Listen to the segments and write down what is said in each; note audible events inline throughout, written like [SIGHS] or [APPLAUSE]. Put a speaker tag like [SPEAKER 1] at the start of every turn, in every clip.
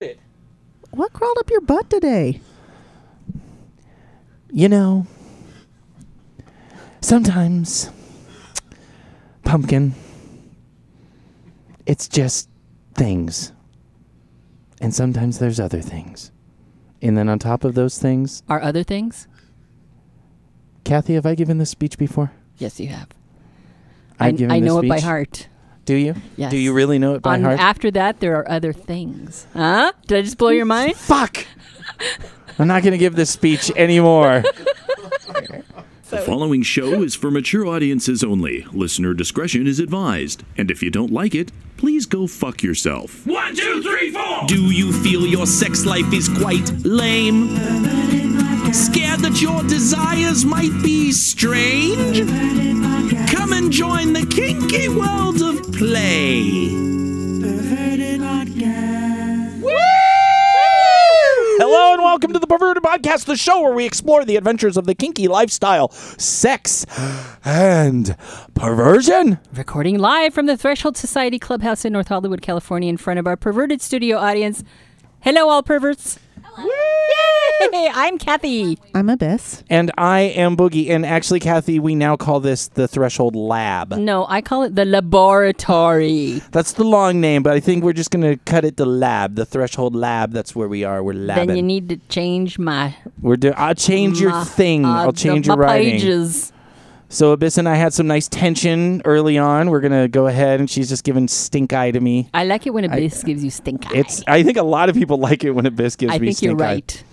[SPEAKER 1] it.
[SPEAKER 2] What crawled up your butt today?
[SPEAKER 3] You know, sometimes, pumpkin, it's just things. And sometimes there's other things. And then on top of those things,
[SPEAKER 4] Are other things?
[SPEAKER 3] Kathy, have I given this speech before?
[SPEAKER 4] Yes, you have.
[SPEAKER 3] I've given
[SPEAKER 4] I
[SPEAKER 3] this
[SPEAKER 4] know it by
[SPEAKER 3] speech?
[SPEAKER 4] heart.
[SPEAKER 3] Do you?
[SPEAKER 4] Yes.
[SPEAKER 3] Do you really know it by
[SPEAKER 4] On,
[SPEAKER 3] heart?
[SPEAKER 4] After that, there are other things. Huh? Did I just blow your mind? [LAUGHS]
[SPEAKER 3] Fuck! I'm not going to give this speech anymore.
[SPEAKER 5] The following show is for mature audiences only. Listener discretion is advised. And if you don't like it, please go fuck yourself.
[SPEAKER 6] One, two, three, four!
[SPEAKER 7] Do you feel your sex life is quite lame? Scared that your desires might be strange? Come and join the kinky world of play.
[SPEAKER 3] Hello and welcome to the Perverted Podcast, the show where we explore the adventures of the kinky lifestyle, sex, and perversion.
[SPEAKER 4] Recording live from the Threshold Society Clubhouse in North Hollywood, California, in front of our perverted studio audience. Hello, all perverts. Hello. Yay! I'm Kathy.
[SPEAKER 2] I'm Abyss.
[SPEAKER 3] And I am Boogie. And actually, Kathy, we now call this the Threshold Lab.
[SPEAKER 4] No, I call it the laboratory.
[SPEAKER 3] That's the long name, but I think we're just going to cut it to Lab, the Threshold Lab. That's where we are. We're labbing.
[SPEAKER 4] Then you need to change my.
[SPEAKER 3] we're do- I'll change your
[SPEAKER 4] my,
[SPEAKER 3] thing.
[SPEAKER 4] uh,
[SPEAKER 3] I'll change
[SPEAKER 4] the,
[SPEAKER 3] your
[SPEAKER 4] my
[SPEAKER 3] writing.
[SPEAKER 4] pages.
[SPEAKER 3] So Abyss and I had some nice tension early on. We're gonna go ahead, and she's just giving stink eye to me.
[SPEAKER 4] I like it when a bass gives you stink eye.
[SPEAKER 3] It's. I think a lot of people [LAUGHS] like it when Abyss gives
[SPEAKER 4] I
[SPEAKER 3] me
[SPEAKER 4] think
[SPEAKER 3] stink
[SPEAKER 4] you're
[SPEAKER 3] eye.
[SPEAKER 4] right.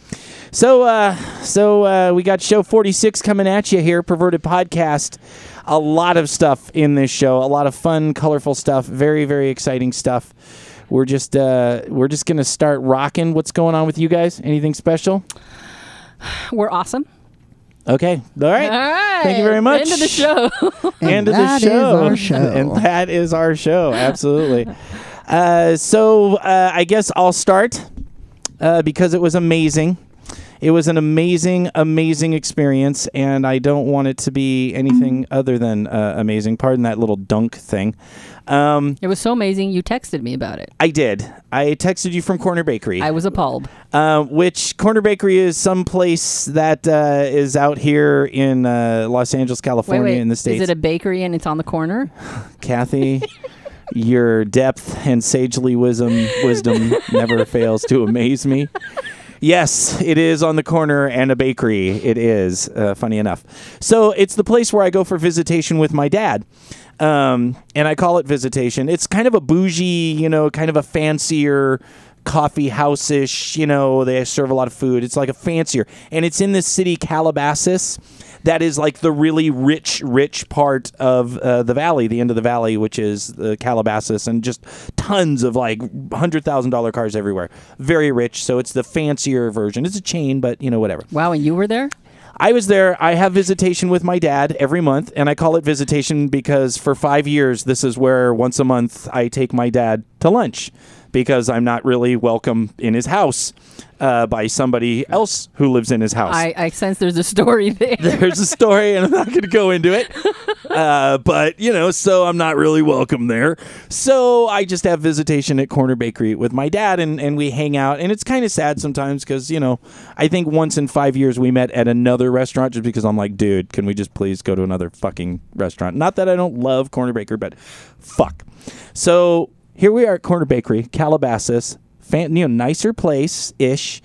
[SPEAKER 3] So, uh, so uh, we got show 46 coming at you here, Perverted Podcast. A lot of stuff in this show, a lot of fun, colorful stuff, very, very exciting stuff. We're just uh, we're just gonna start rocking. What's going on with you guys? Anything special?
[SPEAKER 4] We're awesome.
[SPEAKER 3] Okay, all
[SPEAKER 4] [LAUGHS]
[SPEAKER 3] right.
[SPEAKER 4] All right.
[SPEAKER 3] Thank you very much.
[SPEAKER 4] End of the show.
[SPEAKER 3] End of the
[SPEAKER 2] that is
[SPEAKER 3] show.
[SPEAKER 2] our
[SPEAKER 3] [LAUGHS]
[SPEAKER 2] show.
[SPEAKER 3] and that is our show.
[SPEAKER 2] [LAUGHS]
[SPEAKER 3] Absolutely. uh, so uh, I guess I'll start uh, because it was amazing. It was an amazing, amazing experience, and I don't want it to be anything
[SPEAKER 2] Mm-hmm.
[SPEAKER 3] other than uh, amazing. Pardon that little dunk thing. Um,
[SPEAKER 4] it was so amazing. You texted me about it.
[SPEAKER 3] I did. I texted you from Corner Bakery.
[SPEAKER 4] I was appalled.
[SPEAKER 3] Uh, which Corner Bakery is some place that uh, is out here in uh, Los Angeles, California, in the states.
[SPEAKER 4] Is it a bakery and it's on the corner?
[SPEAKER 3] Kathy, your depth and sagely wisdom wisdom never fails to amaze me. Yes, it is on the corner and a bakery. It is uh, funny enough. So it's the place where I go for visitation with my dad, um, and I call it visitation. It's kind of a bougie, you know, kind of a fancier coffee house ish. You know, they serve a lot of food. It's like a fancier, and it's in this city, Calabasas that is like the really rich, rich part of uh, the valley, the end of the valley, which is the Calabasas, and just tons of like hundred thousand dollar cars everywhere. Very rich, so it's the fancier version. It's a chain, but you know whatever.
[SPEAKER 4] Wow, and you were there?
[SPEAKER 3] I was there. I have visitation with my dad every month, and I call it visitation because for five years, this is where once a month I take my dad to lunch because I'm not really welcome in his house uh, by somebody else who lives in his house
[SPEAKER 4] I, I sense there's a story [LAUGHS] there.
[SPEAKER 3] there's a story, and I'm not going to go into it. Uh, but you know, so I'm not really welcome there. So I just have visitation at Corner Bakery with my dad, and and we hang out, and it's kind of sad sometimes because you know, I think once in five years we met at another restaurant just because I'm like, dude, can we just please go to another fucking restaurant? Not that I don't love Corner Bakery, but fuck. So here we are at Corner Bakery, Calabasas. Fan, you know, nicer place ish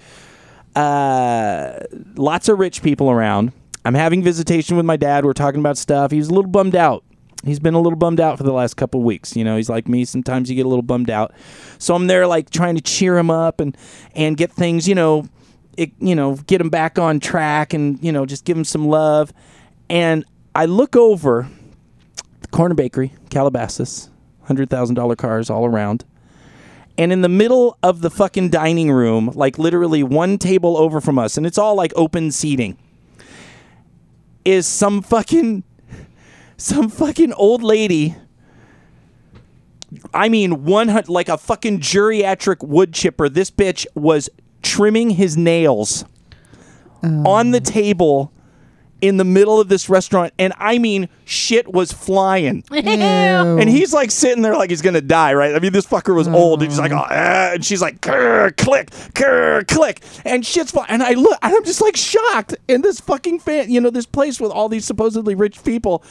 [SPEAKER 3] uh, lots of rich people around. I'm having visitation with my dad. We're talking about stuff. He's a little bummed out. He's been a little bummed out for the last couple of weeks. You know, he's like me. Sometimes you get a little bummed out. So I'm there, like trying to cheer him up and and get things, you know, it, you know, get him back on track and you know, just give him some love. And I look over the corner bakery, Calabasas, hundred thousand dollar cars all around. And in the middle of the fucking dining room, like literally one table over from us, and it's all like open seating, is some fucking [LAUGHS] some fucking old lady. I mean, one hundred like a fucking geriatric wood chipper. This bitch was trimming his nails on the table in the middle of this restaurant, and I mean, shit was flying. And he's like sitting there like he's gonna die, right? I mean, this fucker was old, and he's like, oh, ah," and she's like, "Grr, click, grr, click, and shit's fine. And I look, and I'm just like shocked in this fucking fan, you know, this place with all these supposedly rich people,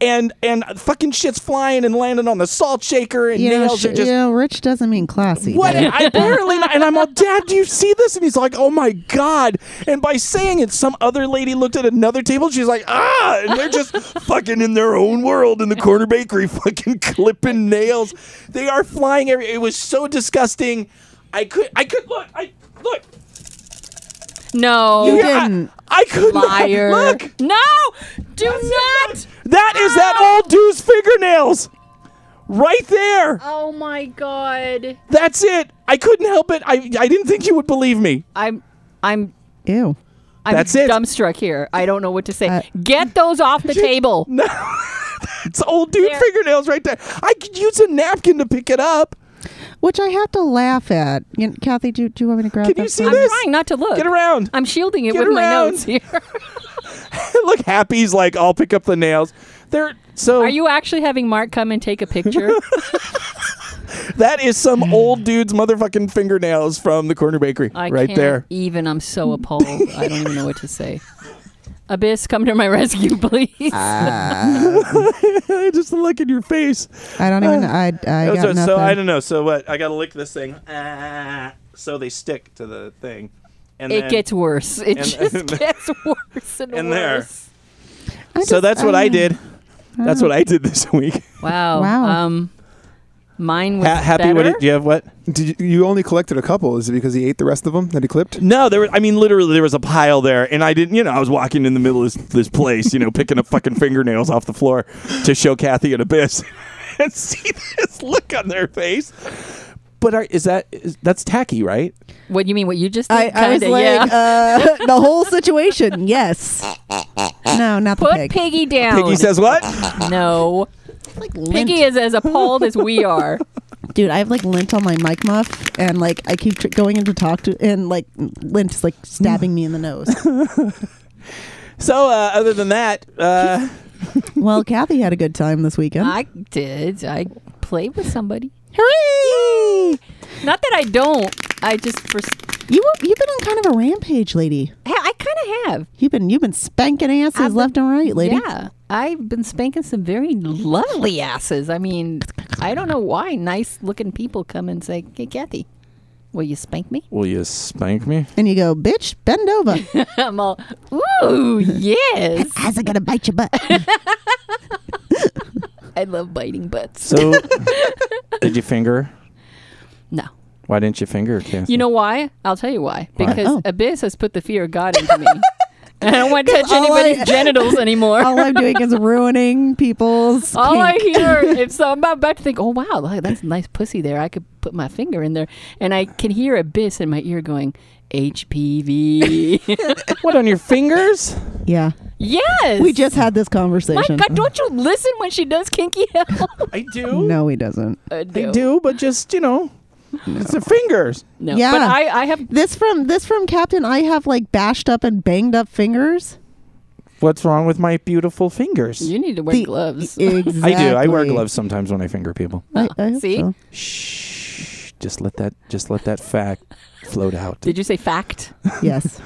[SPEAKER 3] and and fucking shit's flying and landing on the salt shaker, and
[SPEAKER 2] you know,
[SPEAKER 3] nails
[SPEAKER 2] sh-
[SPEAKER 3] are just
[SPEAKER 2] you know, rich doesn't mean classy.
[SPEAKER 3] what?
[SPEAKER 2] though.
[SPEAKER 3] I apparently not. And I'm all, Dad, do you see this? And he's like, Oh my God. And by saying it, some other lady looked at another table. She's like, Ah. And they're just fucking in their own world in the corner bakery, fucking clipping nails. They are flying every. It was so disgusting. I could, I could look. I look.
[SPEAKER 4] No.
[SPEAKER 2] You
[SPEAKER 3] I-
[SPEAKER 2] didn't.
[SPEAKER 3] I, could not- [LAUGHS]
[SPEAKER 4] Liar.
[SPEAKER 3] Look.
[SPEAKER 4] No! Do not!
[SPEAKER 3] That is that old dude's fingernails. Right there.
[SPEAKER 4] Oh my god.
[SPEAKER 3] That's it. I couldn't help it. I, I didn't think you would believe me.
[SPEAKER 4] I'm I'm
[SPEAKER 2] Ew.
[SPEAKER 4] I'm
[SPEAKER 3] That's it.
[SPEAKER 4] dumbstruck here. I don't know what to say.
[SPEAKER 2] Uh,
[SPEAKER 4] Get those off the table.
[SPEAKER 3] It's old dude
[SPEAKER 4] There.
[SPEAKER 3] fingernails right there. I could use a napkin to pick it up.
[SPEAKER 2] Which I have to laugh at. You know, Kathy, do, do you want me to grab
[SPEAKER 3] Can
[SPEAKER 2] that
[SPEAKER 3] you see
[SPEAKER 2] for
[SPEAKER 3] I'm this?
[SPEAKER 4] Trying not to look.
[SPEAKER 3] Get around. [LAUGHS]
[SPEAKER 4] I'm shielding it
[SPEAKER 3] Get
[SPEAKER 4] with my
[SPEAKER 3] around.
[SPEAKER 4] nose here.
[SPEAKER 3] Look, Happy's like, I'll pick up the nails. They're so
[SPEAKER 4] Are you actually having Mark come and take a picture?
[SPEAKER 3] that is some
[SPEAKER 2] Hmm.
[SPEAKER 3] old dude's motherfucking fingernails from the corner bakery.
[SPEAKER 4] I
[SPEAKER 3] right
[SPEAKER 4] can't
[SPEAKER 3] there.
[SPEAKER 4] [LAUGHS]
[SPEAKER 3] [LAUGHS]
[SPEAKER 4] Even I'm so appalled. I don't even know what to say. Abyss, come to my [LAUGHS] rescue, please.
[SPEAKER 3] Just the look in your face.
[SPEAKER 2] I don't even. I, I
[SPEAKER 3] Oh,
[SPEAKER 2] got
[SPEAKER 3] so,
[SPEAKER 2] nothing.
[SPEAKER 3] so I don't know. So what? I gotta lick this thing. Ah. so they stick to the thing. And
[SPEAKER 4] it
[SPEAKER 3] then-
[SPEAKER 4] gets worse. It
[SPEAKER 3] and-
[SPEAKER 4] just gets worse and,
[SPEAKER 3] and there.
[SPEAKER 4] worse.
[SPEAKER 2] I
[SPEAKER 3] So
[SPEAKER 2] just-
[SPEAKER 3] that's what I,
[SPEAKER 2] don't know.
[SPEAKER 3] did. That's what I did this [LAUGHS] week.
[SPEAKER 4] Wow.
[SPEAKER 2] Wow.
[SPEAKER 4] Um, mine was
[SPEAKER 3] Ha- happy? What
[SPEAKER 4] better.
[SPEAKER 3] did you have? What?
[SPEAKER 1] Did you, you only collected a couple? Is it because he ate the rest of them that he clipped?
[SPEAKER 3] No, there. Were, I mean, literally, there was a pile there, and I didn't. You know, I was walking in the middle of this, this place, you know, picking up fucking fingernails off the floor to show Kathy an abyss, [LAUGHS] and see this look on their face. But are, is that is, that's tacky, right?
[SPEAKER 4] What you mean? What you just did?
[SPEAKER 2] I, I was
[SPEAKER 4] Kinda,
[SPEAKER 2] like,
[SPEAKER 4] yeah.
[SPEAKER 2] uh, [LAUGHS] the whole situation. Yes. No, not the
[SPEAKER 4] Put
[SPEAKER 2] pig.
[SPEAKER 4] Piggy down.
[SPEAKER 3] Piggy says what?
[SPEAKER 4] [LAUGHS] no.
[SPEAKER 2] Like
[SPEAKER 4] Piggy is as appalled as we
[SPEAKER 2] [LAUGHS]
[SPEAKER 4] are.
[SPEAKER 2] Dude, I have like lint on my mic muff, and like I keep tr- going in to talk to, and like lint is like stabbing me in
[SPEAKER 4] [LAUGHS]
[SPEAKER 2] the nose.
[SPEAKER 3] So, uh, other than that, uh,
[SPEAKER 2] Well, Kathy had a good time this weekend.
[SPEAKER 4] I did. I played with somebody.
[SPEAKER 2] Hooray!
[SPEAKER 4] Not that I don't. I just for. Hey,
[SPEAKER 2] You were, you've been on kind of a rampage, lady.
[SPEAKER 4] I kind of have.
[SPEAKER 2] You've been you've been spanking asses
[SPEAKER 4] I've been-
[SPEAKER 2] left and right, lady.
[SPEAKER 4] Yeah, I've been spanking some very lovely asses. I mean, I don't know why nice looking people come and say, "Hey, Kathy, will you spank me?" [LAUGHS]
[SPEAKER 3] will you spank me?
[SPEAKER 2] And you go, bitch, bend over.
[SPEAKER 4] I'm all,
[SPEAKER 2] [LAUGHS]
[SPEAKER 4] "Ooh, yes,
[SPEAKER 2] How's it gonna bite your butt?
[SPEAKER 4] [LAUGHS] I love biting butts."
[SPEAKER 3] So, [LAUGHS] did you finger?
[SPEAKER 4] No,
[SPEAKER 3] Why didn't you finger, Kathy?
[SPEAKER 4] you know why? I'll tell you why. Because
[SPEAKER 2] Oh.
[SPEAKER 4] Abyss has put the fear of God
[SPEAKER 2] [LAUGHS]
[SPEAKER 4] into me. [LAUGHS] And I don't want to touch
[SPEAKER 2] all I-
[SPEAKER 4] anybody's genitals anymore.
[SPEAKER 2] [LAUGHS] All I'm doing is ruining people's.
[SPEAKER 4] All I
[SPEAKER 2] kink. [LAUGHS]
[SPEAKER 4] hear if so I'm about to think, oh wow, like, that's a nice pussy there. I could put my finger in there, and I can hear a biss in my ear going,
[SPEAKER 2] [LAUGHS]
[SPEAKER 4] HPV.
[SPEAKER 3] what on your fingers?
[SPEAKER 2] Yeah,
[SPEAKER 4] yes,
[SPEAKER 2] we just had this
[SPEAKER 4] My
[SPEAKER 2] conversation.
[SPEAKER 4] God, don't you listen when she does kinky hell?
[SPEAKER 3] I do.
[SPEAKER 2] no, he doesn't.
[SPEAKER 4] [LAUGHS] I
[SPEAKER 3] I do, but just you know, it's the fingers.
[SPEAKER 4] No,
[SPEAKER 2] Yeah.
[SPEAKER 4] but I, I have.
[SPEAKER 2] This from this from Captain. I have like bashed up and banged up fingers.
[SPEAKER 4] [LAUGHS]
[SPEAKER 3] What's wrong with my beautiful fingers?
[SPEAKER 4] You need to wear
[SPEAKER 2] The-
[SPEAKER 4] gloves.
[SPEAKER 2] Exactly.
[SPEAKER 3] I do. I wear gloves sometimes when I finger people.
[SPEAKER 2] I, I hope
[SPEAKER 4] [LAUGHS] See?
[SPEAKER 2] so.
[SPEAKER 3] Shh. Just let that just let that fact float out.
[SPEAKER 4] Did you say fact? [LAUGHS]
[SPEAKER 2] Yes.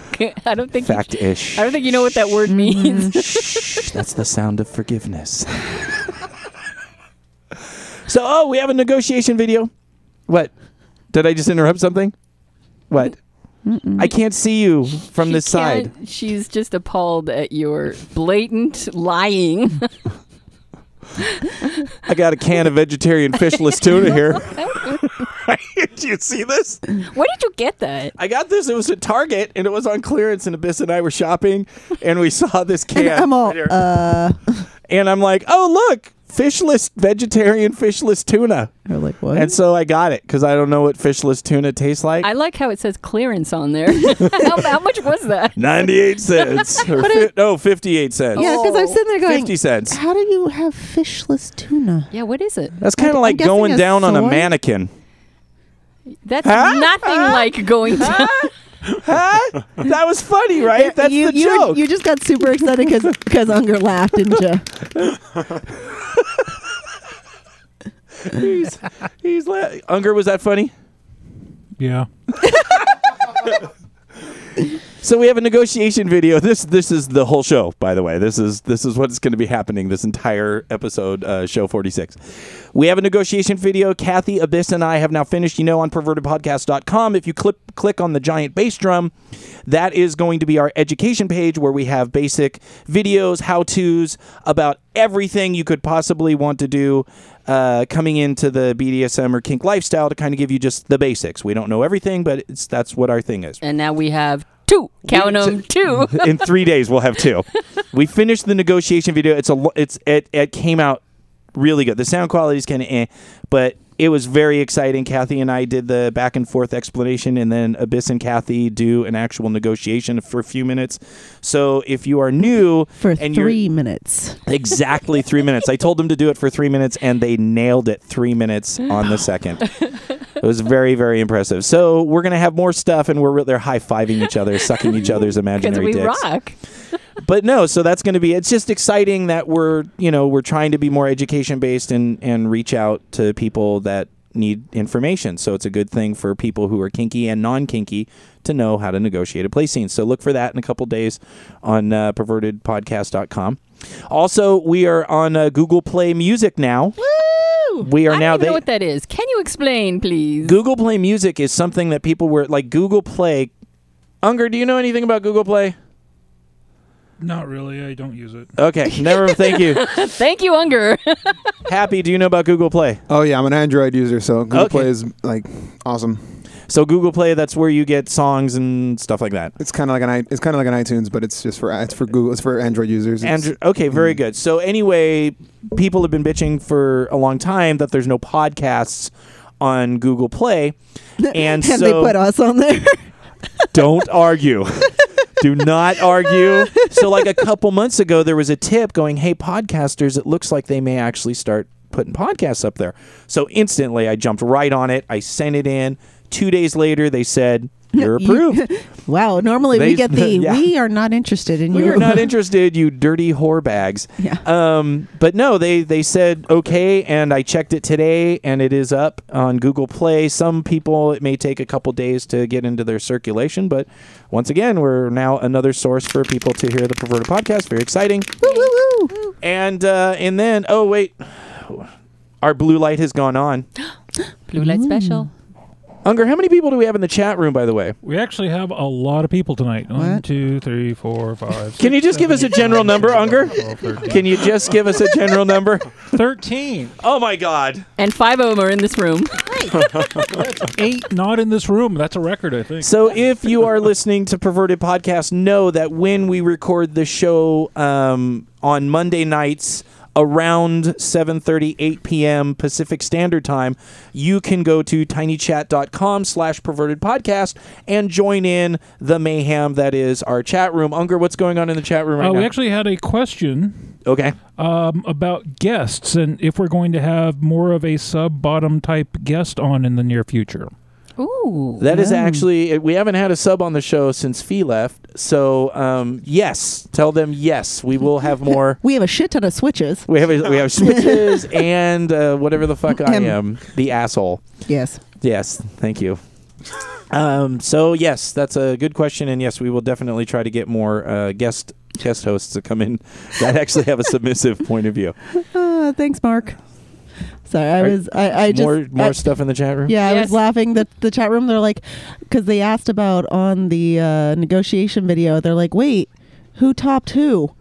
[SPEAKER 4] I don't think. you-
[SPEAKER 3] fact ish.
[SPEAKER 4] I don't think you know what that word means.
[SPEAKER 3] Shh. That's the sound of
[SPEAKER 4] [LAUGHS]
[SPEAKER 3] forgiveness. so oh, we have a negotiation video. What? Did I just interrupt something? What? I can't see you from
[SPEAKER 4] [LAUGHS] She
[SPEAKER 3] this side.
[SPEAKER 4] can't- She's just appalled at your blatant lying. [LAUGHS]
[SPEAKER 3] I got a can of vegetarian
[SPEAKER 4] [LAUGHS]
[SPEAKER 3] fishless tuna here. [LAUGHS] Did you see this?
[SPEAKER 4] Where did you get that?
[SPEAKER 3] I got this. It was at Target, and it was on clearance. And Abyss and I were shopping, and we saw this can.
[SPEAKER 2] And I'm all.
[SPEAKER 3] right here.
[SPEAKER 2] Uh, [LAUGHS]
[SPEAKER 3] and I'm like, oh look, fishless vegetarian fishless tuna.
[SPEAKER 2] they're like what?
[SPEAKER 3] And so I got it because I don't know what fishless tuna tastes like.
[SPEAKER 4] I like how it says clearance on there. [LAUGHS] how, how much
[SPEAKER 3] [LAUGHS]
[SPEAKER 4] was that?
[SPEAKER 2] [LAUGHS]
[SPEAKER 3] 98 cents. Or fi- no, 58 cents.
[SPEAKER 2] yeah, because I'm sitting there going.
[SPEAKER 3] 50 Oh, cents.
[SPEAKER 2] How do you have fishless tuna?
[SPEAKER 4] Yeah, what is it?
[SPEAKER 3] That's kind
[SPEAKER 2] I'm
[SPEAKER 3] of like
[SPEAKER 2] guessing
[SPEAKER 3] going
[SPEAKER 2] a
[SPEAKER 3] down on a
[SPEAKER 2] soy?
[SPEAKER 3] mannequin.
[SPEAKER 4] That's
[SPEAKER 3] Huh?
[SPEAKER 4] nothing like going down.
[SPEAKER 2] [LAUGHS]
[SPEAKER 3] huh? That was funny, right? That's
[SPEAKER 2] you,
[SPEAKER 3] the
[SPEAKER 2] you,
[SPEAKER 3] joke.
[SPEAKER 2] you just got super excited
[SPEAKER 3] [LAUGHS]
[SPEAKER 2] because Unger laughed, didn't you?
[SPEAKER 3] he's, he's la- Unger, was that funny?
[SPEAKER 6] Yeah.
[SPEAKER 3] So we have a negotiation video. This this is the whole show, by the way. This is this is what's going to be happening this entire episode, uh, show forty six. We have a negotiation video. Kathy Abyss and I have now finished. You know, on pervertedpodcast.com. If you click click on the giant bass drum, that is going to be our education page where we have basic videos, how tos about everything you could possibly want to do uh, coming into the BDSM or kink lifestyle to kind of give you just the basics. We don't know everything, but it's that's what our thing is
[SPEAKER 4] [LAUGHS] And now we have two. Count
[SPEAKER 3] We-
[SPEAKER 4] them, two.
[SPEAKER 3] [LAUGHS] in three days we'll have two. We finished the negotiation video. It's a lo- it's it, it came out really good. The sound quality is kind of eh, but it was very exciting. Kathy and I did the back and forth explanation, and then Abyss and Kathy do an actual negotiation for a few minutes. So if you are new
[SPEAKER 2] For
[SPEAKER 3] and you're-
[SPEAKER 2] three minutes.
[SPEAKER 3] Exactly three minutes. I told them to do it for three minutes, and they nailed it three minutes on the second. It was very, very impressive. So we're gonna have more stuff, and we're re- they're high fiving each other, sucking each other's
[SPEAKER 4] Because
[SPEAKER 3] imaginary
[SPEAKER 4] we
[SPEAKER 3] dicks.
[SPEAKER 4] rock.
[SPEAKER 3] But no, so that's gonna be. It's just exciting that we're you know we're trying to be more education based and and reach out to people that need information. So it's a good thing for people who are kinky and non kinky to know how to negotiate a play scene. So look for that in a couple days on uh, pervertedpodcast.com. Also, we are on uh, Google Play Music now. We are
[SPEAKER 4] I
[SPEAKER 3] now
[SPEAKER 4] don't even
[SPEAKER 3] they-
[SPEAKER 4] know what that is. Can you explain, please?
[SPEAKER 3] Google Play Music is something that people were like Google Play. Unger, do you know anything about Google Play?
[SPEAKER 6] Not really. I don't use it.
[SPEAKER 3] Okay, never. thank you.
[SPEAKER 4] Thank you, Unger.
[SPEAKER 3] Happy, do you know about Google Play?
[SPEAKER 1] Oh yeah, I'm an Android user, so Google
[SPEAKER 3] Okay.
[SPEAKER 1] Play is like awesome.
[SPEAKER 3] So Google Play, that's where you get songs and stuff like that.
[SPEAKER 1] It's kind of like an i- it's kind of like an iTunes, but it's just for it's for Google. It's for Android users. It's-
[SPEAKER 3] Andrew, okay,
[SPEAKER 2] Mm.
[SPEAKER 3] very good. So anyway, people have been bitching for a long time that there's no podcasts on Google
[SPEAKER 2] [LAUGHS]
[SPEAKER 3] Play, and
[SPEAKER 2] Have
[SPEAKER 3] so
[SPEAKER 2] they put us on there?
[SPEAKER 3] [LAUGHS] don't
[SPEAKER 2] [LAUGHS]
[SPEAKER 3] argue. Do not argue. So, like a couple months ago, there was a tip going, "Hey, podcasters, it looks like they may actually start putting podcasts up there." So instantly, I jumped right on it. I sent it in. Two days later, they said, "You're approved."
[SPEAKER 2] [LAUGHS] wow. Normally
[SPEAKER 3] They-
[SPEAKER 2] we
[SPEAKER 3] [LAUGHS]
[SPEAKER 2] get the
[SPEAKER 3] yeah.
[SPEAKER 2] we are not interested in
[SPEAKER 3] we
[SPEAKER 2] you.
[SPEAKER 3] are
[SPEAKER 2] [LAUGHS]
[SPEAKER 3] not interested, you dirty whore bags.
[SPEAKER 2] Yeah.
[SPEAKER 3] Um, but no, they they said okay, and I checked it today, and it is up on Google Play. Some people it may take a couple days to get into their circulation, but once again, we're now another source for people to hear the Perverted Podcast. Very exciting.
[SPEAKER 2] Woo, woo, woo.
[SPEAKER 3] And uh, and then oh wait, our blue light has gone on.
[SPEAKER 4] Blue light special.
[SPEAKER 3] Unger, how many people do we have in the chat room? By the way,
[SPEAKER 6] We actually have a lot of people tonight. One,
[SPEAKER 2] What?
[SPEAKER 6] two, three, four, five.
[SPEAKER 3] Can you just give us a general number, Unger? can you just give us a general number?
[SPEAKER 6] Thirteen.
[SPEAKER 3] Oh my God.
[SPEAKER 4] [LAUGHS] And five of them are in this room.
[SPEAKER 6] Eight not in this room. That's a record, I think.
[SPEAKER 3] So if you are listening to Perverted Podcast, know that when we record the show um, on Monday nights around 7.30 8 p.m pacific standard time you can go to tinychat.com slash perverted podcast and join in the mayhem that is our chat room unger what's going on in the chat room right
[SPEAKER 6] Uh,
[SPEAKER 3] now
[SPEAKER 6] we actually had a question
[SPEAKER 3] okay
[SPEAKER 6] um, about guests and if we're going to have more of a sub bottom type guest on in the near future.
[SPEAKER 4] [LAUGHS] Ooh.
[SPEAKER 3] that is actually we haven't had a sub on the show since fee left so um, yes tell them yes we will have more
[SPEAKER 2] We have a shit ton of switches.
[SPEAKER 3] We have we
[SPEAKER 2] [LAUGHS]
[SPEAKER 3] have switches and uh, whatever the fuck I
[SPEAKER 2] Him.
[SPEAKER 3] am, the asshole.
[SPEAKER 2] Yes.
[SPEAKER 3] Yes, thank you. Um, so yes, that's a good question, and yes, we will definitely try to get more uh, guest guest hosts to come in that actually have a submissive point of view.
[SPEAKER 2] Uh, thanks, Mark. Sorry, I
[SPEAKER 3] Are-
[SPEAKER 2] was [LAUGHS] I, I just
[SPEAKER 3] more more
[SPEAKER 2] I-
[SPEAKER 3] stuff in the chat room.
[SPEAKER 2] Yeah, I
[SPEAKER 4] Yes.
[SPEAKER 2] was laughing that the chat room. They're like, because they asked about on the uh, negotiation video. They're like, wait, who topped who?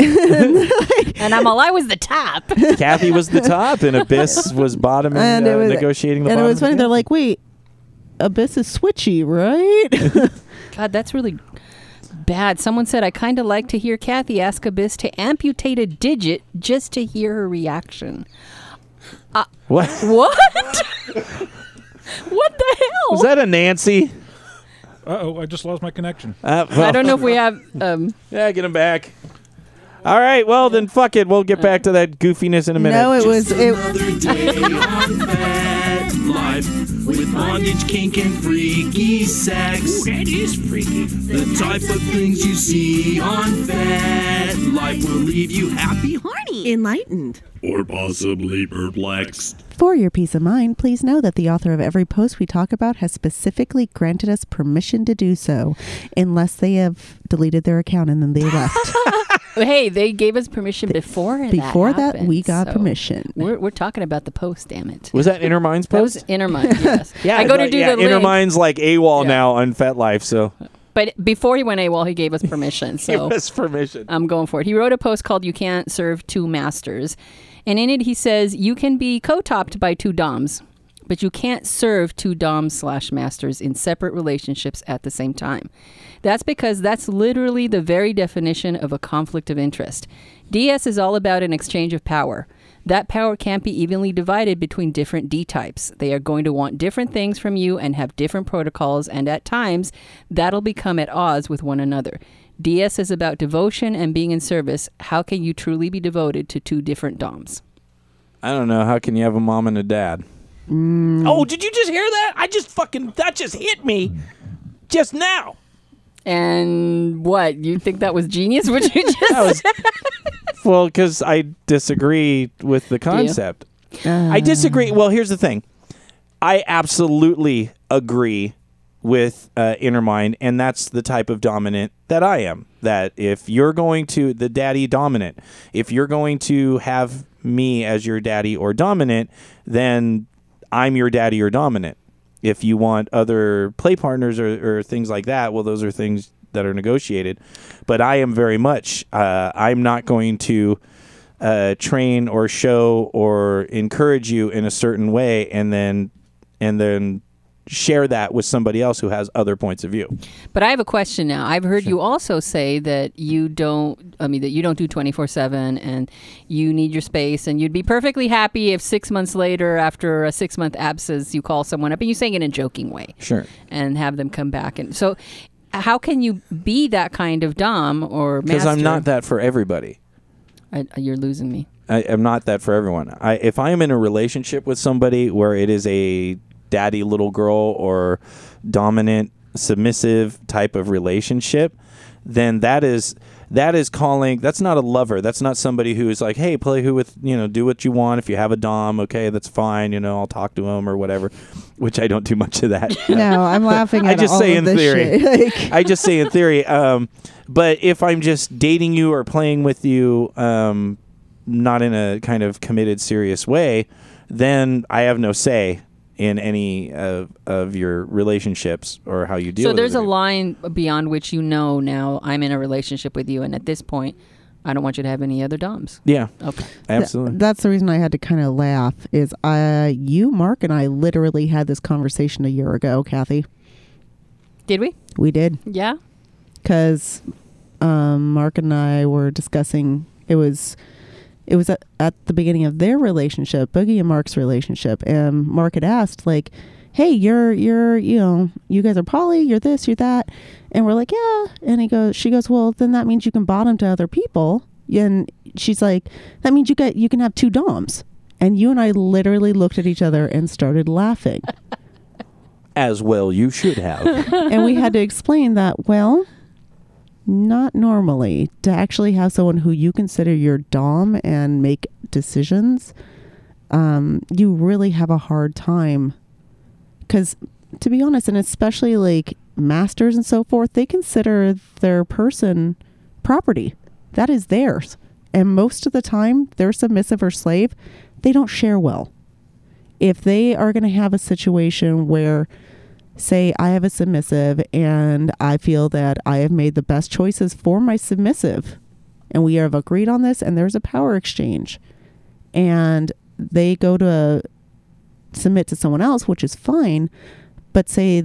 [SPEAKER 4] And I'm all I was the top.
[SPEAKER 3] [LAUGHS] Kathy was the top, and
[SPEAKER 2] [LAUGHS]
[SPEAKER 3] Abyss was bottom, and,
[SPEAKER 2] And it
[SPEAKER 3] uh,
[SPEAKER 2] was-
[SPEAKER 3] negotiating the
[SPEAKER 2] and it
[SPEAKER 3] bottom.
[SPEAKER 2] was funny.
[SPEAKER 3] again.
[SPEAKER 2] They're like, wait, Abyss is switchy, right?
[SPEAKER 4] [LAUGHS] God, that's really bad. Someone said I kind of like to hear Kathy ask Abyss to amputate a digit just to hear her reaction.
[SPEAKER 3] [LAUGHS] what
[SPEAKER 4] What? what the hell?
[SPEAKER 3] was that? A Nancy?
[SPEAKER 6] Uh oh, I just lost my connection.
[SPEAKER 3] Uh,
[SPEAKER 4] I
[SPEAKER 3] well,
[SPEAKER 4] don't know if we have. Um,
[SPEAKER 3] Yeah, get him back. All right, well then, fuck it. We'll get back to that goofiness in a minute.
[SPEAKER 2] no, it was it.
[SPEAKER 7] Another day on that life with bondage, kink, and freaky sex.
[SPEAKER 5] That is freaky.
[SPEAKER 7] The type of things you see on Fat Life will leave you happy, horny.
[SPEAKER 2] Enlightened.
[SPEAKER 5] Or possibly perplexed.
[SPEAKER 2] For your peace of mind, please know that the author of every post we talk about has specifically granted us permission to do so, unless they have deleted their account and then they left.
[SPEAKER 4] Hey, they gave us permission before that
[SPEAKER 2] Before that,
[SPEAKER 4] happened,
[SPEAKER 2] we got
[SPEAKER 4] so
[SPEAKER 2] permission.
[SPEAKER 4] We're, we're talking about the post, damn it.
[SPEAKER 3] Was that Inner Minds
[SPEAKER 4] That was
[SPEAKER 3] post?
[SPEAKER 4] Innermind, yes. I go to
[SPEAKER 3] like-
[SPEAKER 4] do
[SPEAKER 3] yeah,
[SPEAKER 4] the
[SPEAKER 3] Inner
[SPEAKER 4] link,
[SPEAKER 3] Minds like AWOL
[SPEAKER 4] Yeah. Oh.
[SPEAKER 3] now on FetLife,
[SPEAKER 4] [LAUGHS]
[SPEAKER 3] so
[SPEAKER 4] but before he went AWOL, he gave us permission. So
[SPEAKER 3] give us permission.
[SPEAKER 4] I'm going for it. He wrote a post called You Can't Serve Two Masters. And in it, he says, You can be co topped by two Doms, but you can't serve two Doms slash masters in separate relationships at the same time. That's because that's literally the very definition of a conflict of interest. DS is all about an exchange of power. That power can't be evenly divided between different D types. They are going to want different things from you and have different protocols, and at times, that'll become at odds with one another. DS is about devotion and being in service. How can you truly be devoted to two different DOMs?
[SPEAKER 3] I don't know. How can you have a mom and a dad?
[SPEAKER 4] Mm.
[SPEAKER 3] Oh, did you just hear that? I just fucking that just hit me just now.
[SPEAKER 4] And what? You think that was genius? Would you [LAUGHS] just.
[SPEAKER 3] That was [LAUGHS] well because I disagree with the concept.
[SPEAKER 4] Ah.
[SPEAKER 3] I disagree. Well, here's the thing. I absolutely agree with uh, inner mind, and that's the type of dominant that I am. That if you're going to the daddy dominant, if you're going to have me as your daddy or dominant, then I'm your daddy or dominant. If you want other play partners or, or things like that, well, those are things that are negotiated. But I am very much. Uh, I'm not going to uh, train or show or encourage you in a certain way and then and then share that with somebody else who has other points of view.
[SPEAKER 4] But I have a question now. I've heard you also say that you don't. I mean, that you don't do twenty four seven, and you need your space, and you'd be perfectly happy if six months later, after a six month absence, you call someone up, and you're saying it in a joking way,
[SPEAKER 3] Sure.
[SPEAKER 4] and have them come back. And so, how can you be that kind of dom or?
[SPEAKER 3] Because I'm
[SPEAKER 4] master?
[SPEAKER 3] not that for everybody.
[SPEAKER 4] I, you're losing me.
[SPEAKER 3] I am not that for everyone. I if I am in a relationship with somebody where it is a daddy little girl or dominant submissive type of relationship, then that is that is calling that's not a lover. That's not somebody who is like, "Hey, play who with, you know, do what you want. If you have a dom, okay, that's fine, you know, I'll talk to him or whatever." Which I don't do much of [LAUGHS] that.
[SPEAKER 2] [LAUGHS] no, I'm laughing
[SPEAKER 3] I
[SPEAKER 2] at
[SPEAKER 3] just
[SPEAKER 2] all
[SPEAKER 3] say
[SPEAKER 2] of
[SPEAKER 3] in
[SPEAKER 2] this
[SPEAKER 3] theory.
[SPEAKER 2] shit. [LAUGHS] Like-
[SPEAKER 3] I just say in theory. Um, but if I'm just dating you or playing with you, um, not in a kind of committed, serious way, then I have no say in any of, of your relationships or how you deal.
[SPEAKER 4] so
[SPEAKER 3] with
[SPEAKER 4] there's
[SPEAKER 3] it.
[SPEAKER 4] a line beyond which you know now. I'm in a relationship with you, and at this point, I don't want you to have any other doms.
[SPEAKER 3] Yeah,
[SPEAKER 4] Okay.
[SPEAKER 3] absolutely.
[SPEAKER 2] Th- that's the reason I had to kind of laugh is uh, you, Mark, and I literally had this conversation a year ago, Kathy.
[SPEAKER 4] Did we?
[SPEAKER 2] We did
[SPEAKER 4] Yeah.
[SPEAKER 2] because um, Mark and I were discussing it was it was at, at the beginning of their relationship, Boogie and Mark's relationship, and Mark had asked like, "Hey, you're you're you know you guys are poly, you're this, you're that," and we're like, "Yeah," and he goes, she goes, "Well, then that means you can bottom to other people," and she's like, "That means you get you can have two doms." And you and I literally looked at each other and started laughing.
[SPEAKER 3] As well, you should
[SPEAKER 4] [LAUGHS]
[SPEAKER 3] have.
[SPEAKER 2] and we had to explain that well not normally to actually have someone who you consider your dom and make decisions um, you really have a hard time because to be honest and especially like masters and so forth they consider their person property that is theirs and most of the time they're submissive or slave they don't share well if they are going to have a situation where say I have a submissive and I feel that I have made the best choices for my submissive and we have agreed on this and there's a power exchange and they go to submit to someone else which is fine but say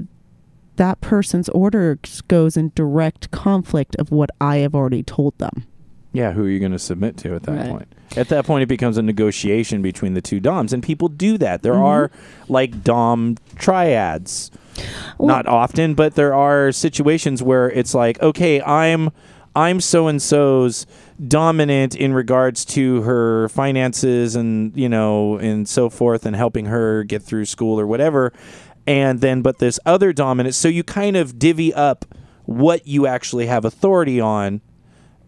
[SPEAKER 2] that person's order goes in direct conflict of what I have already told them
[SPEAKER 3] yeah, who are you going to submit to at that
[SPEAKER 4] Right.
[SPEAKER 3] point? At that point, it becomes a negotiation between the two doms, and people do that. There
[SPEAKER 4] Mm-hmm.
[SPEAKER 3] are like dom triads.
[SPEAKER 2] Well-
[SPEAKER 3] not often, but there are situations where it's like, okay, I'm I'm so and so's dominant in regards to her finances and you know and so forth and helping her get through school or whatever and then but this other dominant so you kind of divvy up what you actually have authority on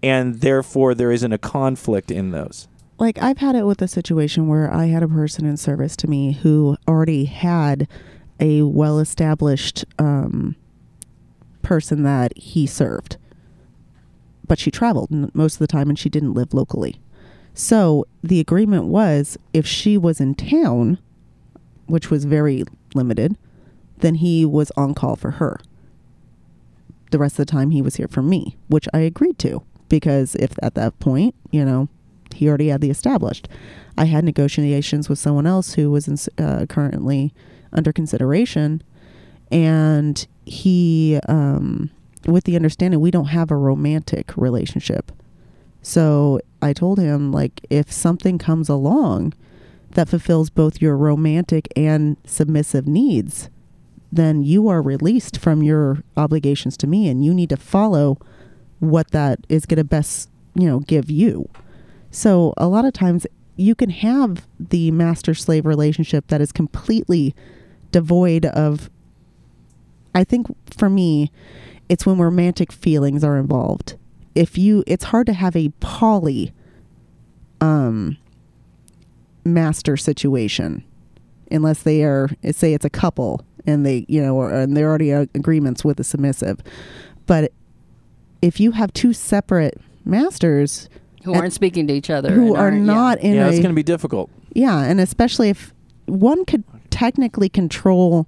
[SPEAKER 3] and therefore there isn't a conflict in those
[SPEAKER 2] like I've had it with a situation where I had a person in service to me who already had a well established um, person that he served, but she traveled n- most of the time and she didn't live locally. So the agreement was if she was in town, which was very limited, then he was on call for her. The rest of the time he was here for me, which I agreed to because if at that point, you know, he already had the established. I had negotiations with someone else who was in, uh, currently under consideration, and he, um, with the understanding, we don't have a romantic relationship. So I told him, like, if something comes along that fulfills both your romantic and submissive needs, then you are released from your obligations to me, and you need to follow what that is going to best, you know, give you. So a lot of times you can have the master slave relationship that is completely devoid of I think for me it's when romantic feelings are involved. If you it's hard to have a poly um master situation unless they are say it's a couple and they you know or, and they're already uh, agreements with the submissive. But if you have two separate masters,
[SPEAKER 4] who
[SPEAKER 2] And-
[SPEAKER 4] aren't speaking to each other,
[SPEAKER 2] who
[SPEAKER 4] and
[SPEAKER 2] are
[SPEAKER 4] aren't- yeah.
[SPEAKER 2] not in
[SPEAKER 3] yeah
[SPEAKER 2] a
[SPEAKER 3] it's going to be difficult
[SPEAKER 2] yeah, and especially if one could technically control,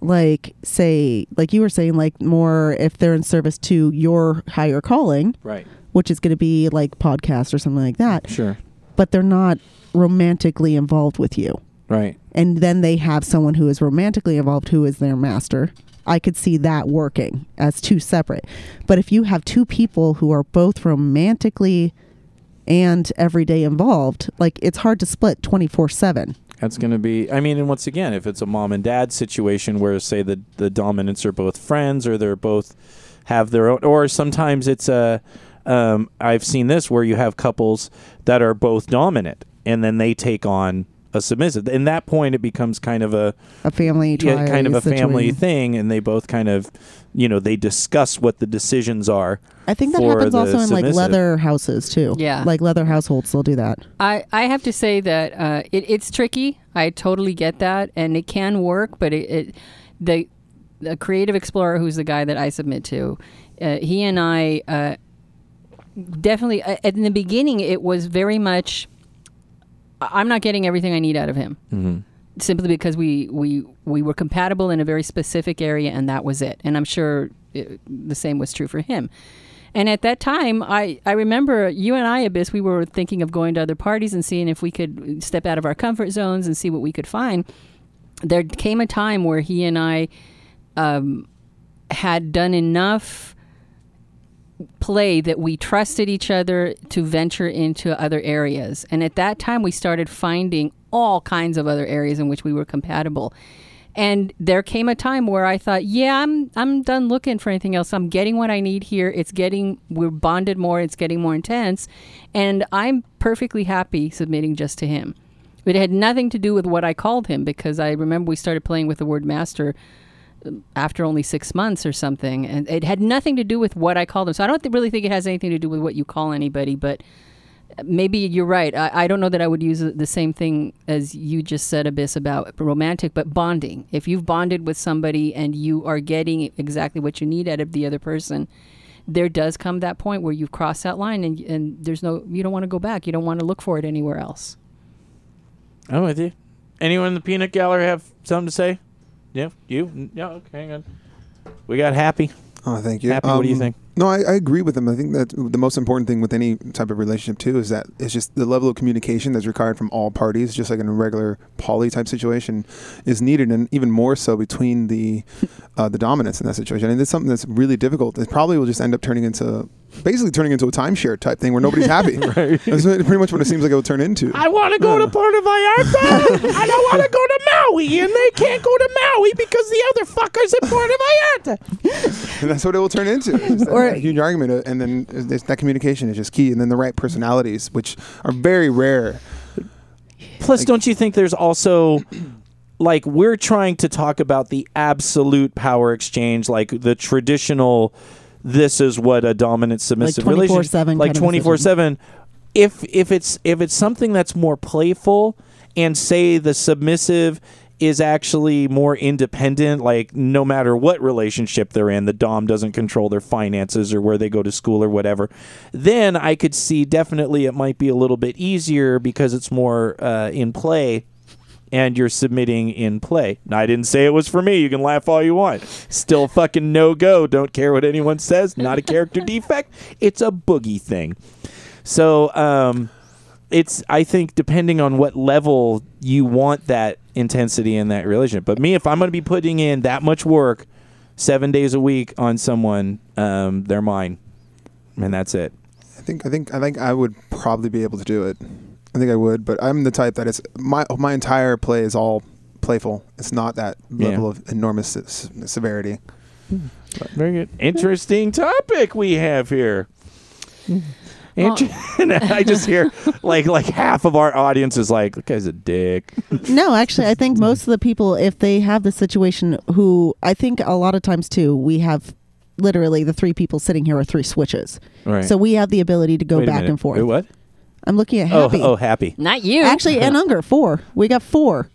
[SPEAKER 2] like say, like you were saying, like more if they're in service to your higher calling,
[SPEAKER 3] right
[SPEAKER 2] which is going to be like podcast or something like that,
[SPEAKER 3] sure
[SPEAKER 2] but they're not romantically involved with you.
[SPEAKER 3] right
[SPEAKER 2] And then they have someone who is romantically involved who is their master. I could see that working as two separate. But if you have two people who are both romantically and everyday involved, like it's hard to split 24 7.
[SPEAKER 3] That's going to be. I mean, and once again, if it's a mom and dad situation where, say, the the dominants are both friends, or they're both have their own, or sometimes it's a. Um, I've seen this where you have couples that are both dominant, and then they take on a submissive. In that point, it becomes kind of a
[SPEAKER 2] a family
[SPEAKER 3] yeah, kind of a
[SPEAKER 2] trial
[SPEAKER 3] family
[SPEAKER 2] situation.
[SPEAKER 3] thing, and they both kind of, you know, they discuss what the decisions are.
[SPEAKER 2] I think that
[SPEAKER 3] for
[SPEAKER 2] happens
[SPEAKER 3] the
[SPEAKER 2] also in like
[SPEAKER 3] submissive.
[SPEAKER 2] leather houses too.
[SPEAKER 4] Yeah.
[SPEAKER 2] like leather households still do that.
[SPEAKER 4] I, I have to say that uh, it, it's tricky. I totally get that, and it can work, but it, it the the creative explorer, who's the guy that I submit to, uh, he and I uh, definitely uh, in the beginning it was very much I- I'm not getting everything I need out of him simply because we we we were compatible in a very specific area and that was it and i'm sure it, the same was true for him and at that time i i remember you and i abyss we were thinking of going to other parties and seeing if we could step out of our comfort zones and see what we could find there came a time where he and i um, had done enough play that we trusted each other to venture into other areas. And at that time, we started finding all kinds of other areas in which we were compatible. And there came a time where I thought, yeah, I'm I'm done looking for anything else. I'm getting what I need here. It's getting we're bonded more. It's getting more intense, and I'm perfectly happy submitting just to him. It had nothing to do with what I called him because I remember we started playing with the word master after only six months or something. And it had nothing to do with what I called them. So I don't th- really think it has anything to do with what you call anybody, but uh, maybe you're right. I, I don't know that I would use uh, the same thing as you just said, Abyss, about romantic, but bonding. If you've bonded with somebody and you are getting exactly what you need out of the other person, there does come that point where you've crossed that line and, and there's no, you don't want to go back. You don't want to look for it anywhere else.
[SPEAKER 3] I'm with you. Anyone in the peanut gallery have something to say? Yeah, you? Yeah, okay, hang on. We got happy.
[SPEAKER 1] Oh, thank you.
[SPEAKER 3] Happy, what do you think?
[SPEAKER 1] No, I, I agree with them. I think that the most important thing with any type of relationship too is that it's just the level of communication that's required from all parties, just like in a regular poly type situation, is needed, and even more so
[SPEAKER 3] [LAUGHS]
[SPEAKER 1] between the uh, the dominance in that situation. And it's something that's really difficult. It probably will just end up turning into basically turning into a timeshare type thing where nobody's
[SPEAKER 3] [LAUGHS]
[SPEAKER 1] happy. right. [LAUGHS] That's what- pretty much what it seems like it will turn into.
[SPEAKER 3] I want to go to Puerto Vallarta. I don't want to go to Maui, and they can't go to Maui because the other fuckers in Puerto Vallarta.
[SPEAKER 1] and [LAUGHS] that's what it will turn
[SPEAKER 3] [LAUGHS]
[SPEAKER 1] into. It's just
[SPEAKER 2] Or-
[SPEAKER 1] a huge argument, uh, and then it's- it's- that communication is just key, and then the right personalities, which are very rare.
[SPEAKER 3] Plus, don't you think there's also like we're trying to talk about the absolute power exchange, like the traditional. This is what a dominant submissive relationship, like
[SPEAKER 2] 24/7 kind of
[SPEAKER 3] twenty four seven. If if it's if it's something that's more playful, and say the submissive is actually more independent, like no matter what relationship they're in, the dom doesn't control their finances or where they go to school or whatever. Then I could see definitely it might be a little bit easier because it's more uh, in play and you're submitting in play. Now, I didn't say it was for me. You can laugh all you want. Still fucking no go. Don't care what anyone says. Not a character defect. It's a boogie thing. So, um, it's I think depending on what level you want that intensity in that relationship. But me, if I'm going to be putting in that much work, seven days a week on someone, um, they're mine, and that's it.
[SPEAKER 1] I think I think I think I would probably be able to do it. I think I would, but I'm the type that it's my my entire play is all playful. It's not that
[SPEAKER 3] Yeah.
[SPEAKER 1] level of enormous se- se- severity.
[SPEAKER 3] Very good. Interesting topic we have
[SPEAKER 2] [LAUGHS]
[SPEAKER 3] here. Inter- [LAUGHS] I just hear like like half of our audience is like, "That guy's a dick."
[SPEAKER 2] No, actually, I think most of the people, if they have the situation, who I think a lot of times too, we have literally the three people sitting here are three switches.
[SPEAKER 3] Right.
[SPEAKER 2] So we have the ability to go
[SPEAKER 3] Wait a
[SPEAKER 2] back
[SPEAKER 3] minute.
[SPEAKER 2] and forth.
[SPEAKER 3] Wait, what?
[SPEAKER 2] I'm looking at Happy.
[SPEAKER 3] Oh, oh, happy.
[SPEAKER 4] Not you.
[SPEAKER 2] Actually, and Unger, four. We got four.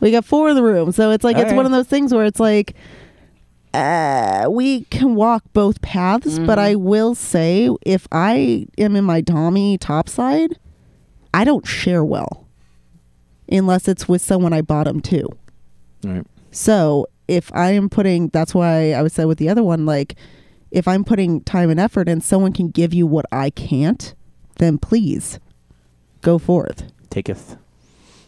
[SPEAKER 2] We got four in the room. So it's like,
[SPEAKER 3] All
[SPEAKER 2] it's
[SPEAKER 3] right.
[SPEAKER 2] one of those things where it's like, uh, we can walk both paths,
[SPEAKER 3] Mm-hmm.
[SPEAKER 2] but I will say, if I am in my Tommy topside, I don't share well unless it's with someone I bottom to.
[SPEAKER 3] All right.
[SPEAKER 2] So if I am putting, that's why I would say with the other one, like if I'm putting time and effort and someone can give you what I can't, then please go forth.
[SPEAKER 3] Taketh.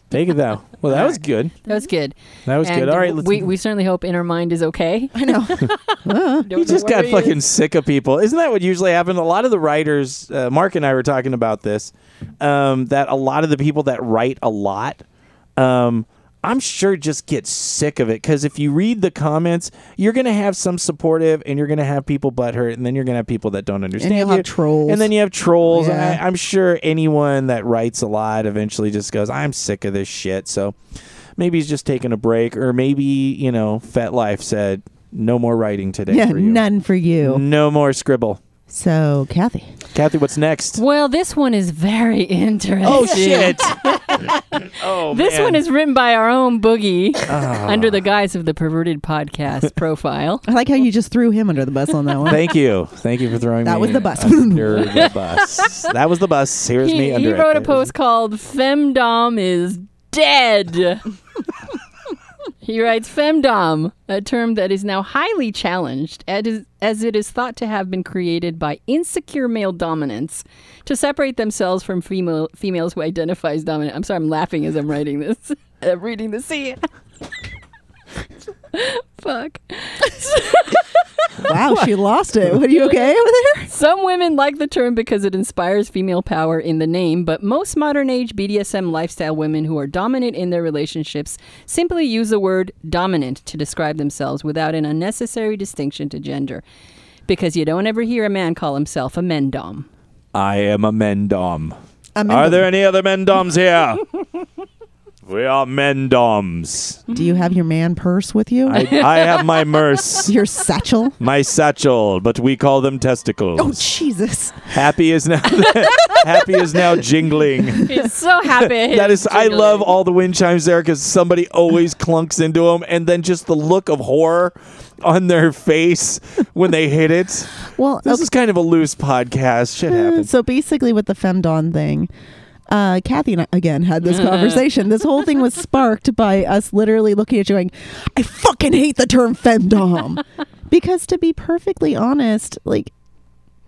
[SPEAKER 3] Take it thou. Well, that
[SPEAKER 2] [LAUGHS]
[SPEAKER 3] was good.
[SPEAKER 4] That was good.
[SPEAKER 3] That was
[SPEAKER 4] And
[SPEAKER 3] good. All right, let's.
[SPEAKER 4] we, we certainly hope Inner Mind
[SPEAKER 3] [LAUGHS]
[SPEAKER 4] is okay.
[SPEAKER 2] I know.
[SPEAKER 3] he just got fucking sick of people. Isn't that what usually happens? A lot of the writers, uh, Mark and I were talking about this, um, that a lot of the people that write a lot, um, I'm sure just get sick of it. Because if you read the comments, you're going to have some supportive and you're going to have people butthurt and then you're going to have people that don't understand.
[SPEAKER 2] you'll have
[SPEAKER 3] you.
[SPEAKER 2] trolls.
[SPEAKER 3] And then you have trolls.
[SPEAKER 2] Yeah.
[SPEAKER 3] I, I'm sure anyone that writes a lot eventually just goes, I'm sick of this shit. So maybe he's just taking a break, or maybe, you know, FetLife said, no more writing today
[SPEAKER 2] yeah,
[SPEAKER 3] for you.
[SPEAKER 2] none for you. Mm-hmm.
[SPEAKER 3] No more scribble.
[SPEAKER 2] So, Kathy.
[SPEAKER 3] Kathy, what's next?
[SPEAKER 4] Well, this one is very [LAUGHS] interesting.
[SPEAKER 3] Oh, shit. [LAUGHS] oh,
[SPEAKER 4] [LAUGHS] This
[SPEAKER 3] man.
[SPEAKER 4] one is [LAUGHS] written by our own Boogie
[SPEAKER 3] Ah.
[SPEAKER 4] under the guise of the Perverted Podcast [LAUGHS] profile.
[SPEAKER 2] I like how you just threw him under the bus on that one.
[SPEAKER 3] Thank you. Thank you for throwing
[SPEAKER 2] That
[SPEAKER 3] me
[SPEAKER 2] was the bus.
[SPEAKER 3] under the bus. That was the bus. Here's
[SPEAKER 4] He,
[SPEAKER 3] me
[SPEAKER 4] he
[SPEAKER 3] under it.
[SPEAKER 4] wrote a post called Femdom is Dead. he writes Femdom, a term that is now highly challenged as, is- as it is thought to have been created by insecure male dominance to separate themselves from female females who identify as dominant. I'm sorry, I'm laughing as I'm writing this, [LAUGHS] uh, reading the C. [LAUGHS] Fuck.
[SPEAKER 2] Wow, she lost it. What, Are you okay over there?
[SPEAKER 4] Some women like the term because it inspires female power in the name, but most modern age BDSM lifestyle women who are dominant in their relationships simply use the word dominant to describe themselves without an unnecessary distinction to gender. Because you don't ever hear a man call himself a mendom.
[SPEAKER 3] I am a mendom.
[SPEAKER 2] I'm
[SPEAKER 3] Are
[SPEAKER 2] in
[SPEAKER 3] there any other mendoms here? we are mendoms.
[SPEAKER 2] the- Do you have your man purse with you?
[SPEAKER 3] I, I have my merce,
[SPEAKER 2] [LAUGHS] your satchel?
[SPEAKER 3] my satchel, but we call them testicles.
[SPEAKER 2] [LAUGHS] Oh, Jesus.
[SPEAKER 3] happy is now [LAUGHS] happy is now jingling.
[SPEAKER 4] He's so happy.
[SPEAKER 3] [LAUGHS] That is, I
[SPEAKER 4] Jiggling.
[SPEAKER 3] love all the wind chimes there because somebody always clunks into them, and then just the look of horror on their face when they hit it.
[SPEAKER 2] Well,
[SPEAKER 3] This
[SPEAKER 2] okay.
[SPEAKER 3] is kind of a loose podcast. Shit happens.
[SPEAKER 2] So basically, with the femdon thing, uh, Kathy and I again had this conversation. this whole thing was sparked by us literally looking at you going, "I fucking hate the term femdom," because to be perfectly honest, like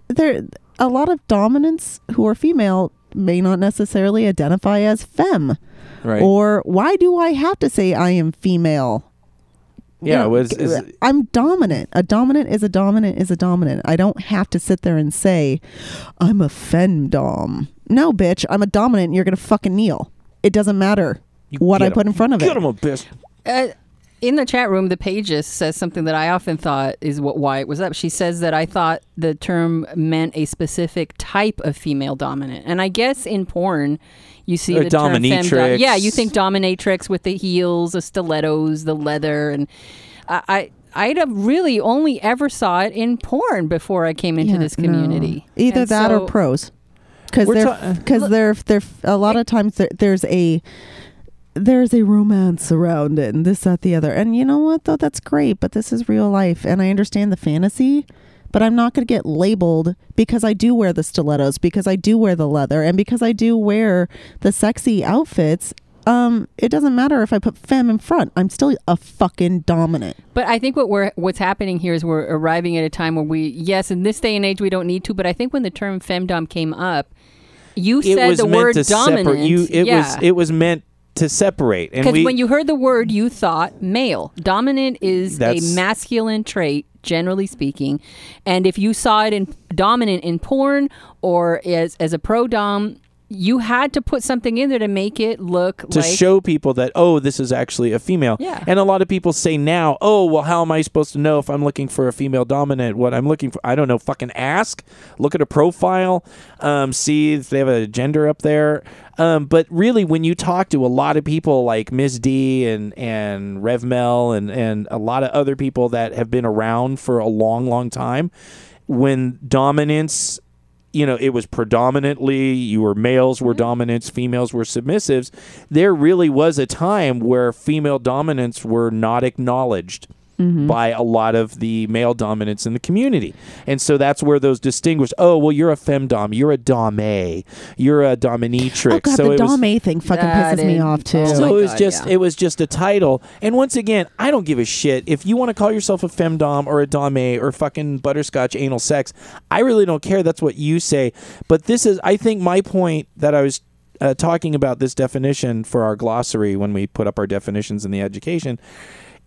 [SPEAKER 2] there a lot of dominants who are female may not necessarily identify as fem,
[SPEAKER 3] Right.
[SPEAKER 2] or why do I have to say I am female?
[SPEAKER 3] Yeah,
[SPEAKER 2] you know,
[SPEAKER 3] was- is-
[SPEAKER 2] I'm dominant. A dominant is a dominant is a dominant. I don't have to sit there and say, I'm a femdom. No, bitch, I'm a dominant. And you're gonna fucking kneel. It doesn't matter what
[SPEAKER 3] get
[SPEAKER 2] I
[SPEAKER 3] 'em.
[SPEAKER 2] put in front of
[SPEAKER 3] Get
[SPEAKER 2] it.
[SPEAKER 3] him a bitch.
[SPEAKER 4] Uh, in the chat room, the pages says something that I often thought is what why it was up. She says that I thought the term meant a specific type of female dominant, and I guess in porn, you see
[SPEAKER 3] Or
[SPEAKER 4] the term femme dom-
[SPEAKER 3] dominatrix.
[SPEAKER 4] yeah, you think dominatrix with the heels, the stilettos, the leather, and I. I I'd have really only ever saw it in porn before I came into
[SPEAKER 2] Yeah,
[SPEAKER 4] this
[SPEAKER 2] no.
[SPEAKER 4] community.
[SPEAKER 2] Either
[SPEAKER 4] And
[SPEAKER 2] that
[SPEAKER 4] so-
[SPEAKER 2] or pros, because
[SPEAKER 3] We're
[SPEAKER 2] they're
[SPEAKER 3] ta-
[SPEAKER 2] because they're they're a lot of times there, there's a there's a romance around it and this that the other and you know what though that's great but this is real life and I understand the fantasy but I'm not going to get labeled because I do wear the stilettos because I do wear the leather and because I do wear the sexy outfits. Um, it doesn't matter if I put femme in front. I'm still a fucking dominant.
[SPEAKER 4] But I think what we're what's happening here is we're arriving at a time where we yes, in this day and age we don't need to, but I think when the term femdom came up, you
[SPEAKER 3] It
[SPEAKER 4] said
[SPEAKER 3] was
[SPEAKER 4] the
[SPEAKER 3] meant
[SPEAKER 4] word
[SPEAKER 3] to
[SPEAKER 4] dominant.
[SPEAKER 3] separate. You, it
[SPEAKER 4] yeah.
[SPEAKER 3] was it was meant to separate. And
[SPEAKER 4] because
[SPEAKER 3] we,
[SPEAKER 4] when you heard the word, you thought male. Dominant is a
[SPEAKER 3] That's-
[SPEAKER 4] masculine trait, generally speaking. And if you saw it in dominant in porn or as as a pro dom, you had to put something in there to make it look
[SPEAKER 3] to
[SPEAKER 4] like
[SPEAKER 3] show people that oh this is actually a female
[SPEAKER 4] Yeah.
[SPEAKER 3] and a lot of people say now oh well how am i supposed to know if i'm looking for a female dominant what i'm looking for i don't know fucking ask look at a profile um, see if they have a gender up there um, but really when you talk to a lot of people like ms d and and revmel and and a lot of other people that have been around for a long long time when dominance you know, it was predominantly you were males
[SPEAKER 2] Mm-hmm.
[SPEAKER 3] were dominants, females were submissives. There really was a time where female dominants were not acknowledged
[SPEAKER 2] Mm-hmm.
[SPEAKER 3] by a lot of the male dominants in the community. And so that's where those distinguished, oh, well, you're a femdom, you're a dame, you're a dominatrix.
[SPEAKER 2] Oh god,
[SPEAKER 3] so
[SPEAKER 2] the
[SPEAKER 3] it was,
[SPEAKER 2] dom A thing fucking
[SPEAKER 4] That
[SPEAKER 2] pisses me
[SPEAKER 4] is-
[SPEAKER 2] off too.
[SPEAKER 4] Oh
[SPEAKER 3] so
[SPEAKER 4] my
[SPEAKER 3] it was
[SPEAKER 4] God,
[SPEAKER 3] just
[SPEAKER 4] yeah.
[SPEAKER 3] it was just a title. And once again, I don't give a shit if you want to call yourself a femdom or a dame or fucking butterscotch anal sex. I really don't care. That's what you say. But this is, I think, my point that I was. Uh, talking about this definition for our glossary when we put up our definitions in the education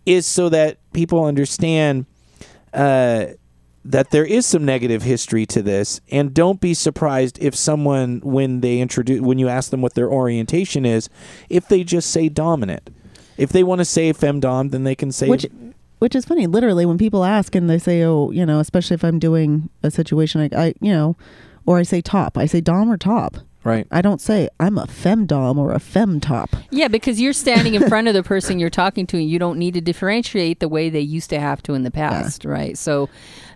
[SPEAKER 3] is so that people understand uh, that there is some negative history to this, and don't be surprised if someone, when they introduce, when you ask them what their orientation is, if they just say dominant. If they want to say femdom, then they can say
[SPEAKER 2] which which is funny literally when people ask and they say oh you know especially if i'm doing a situation like i you know or i say top i say dom or top
[SPEAKER 3] right.
[SPEAKER 2] i don't say i'm a femdom or a fem top
[SPEAKER 4] Yeah, because you're standing in front of the person you're talking to, and you don't need to differentiate the way they used to have to in the past, right? So,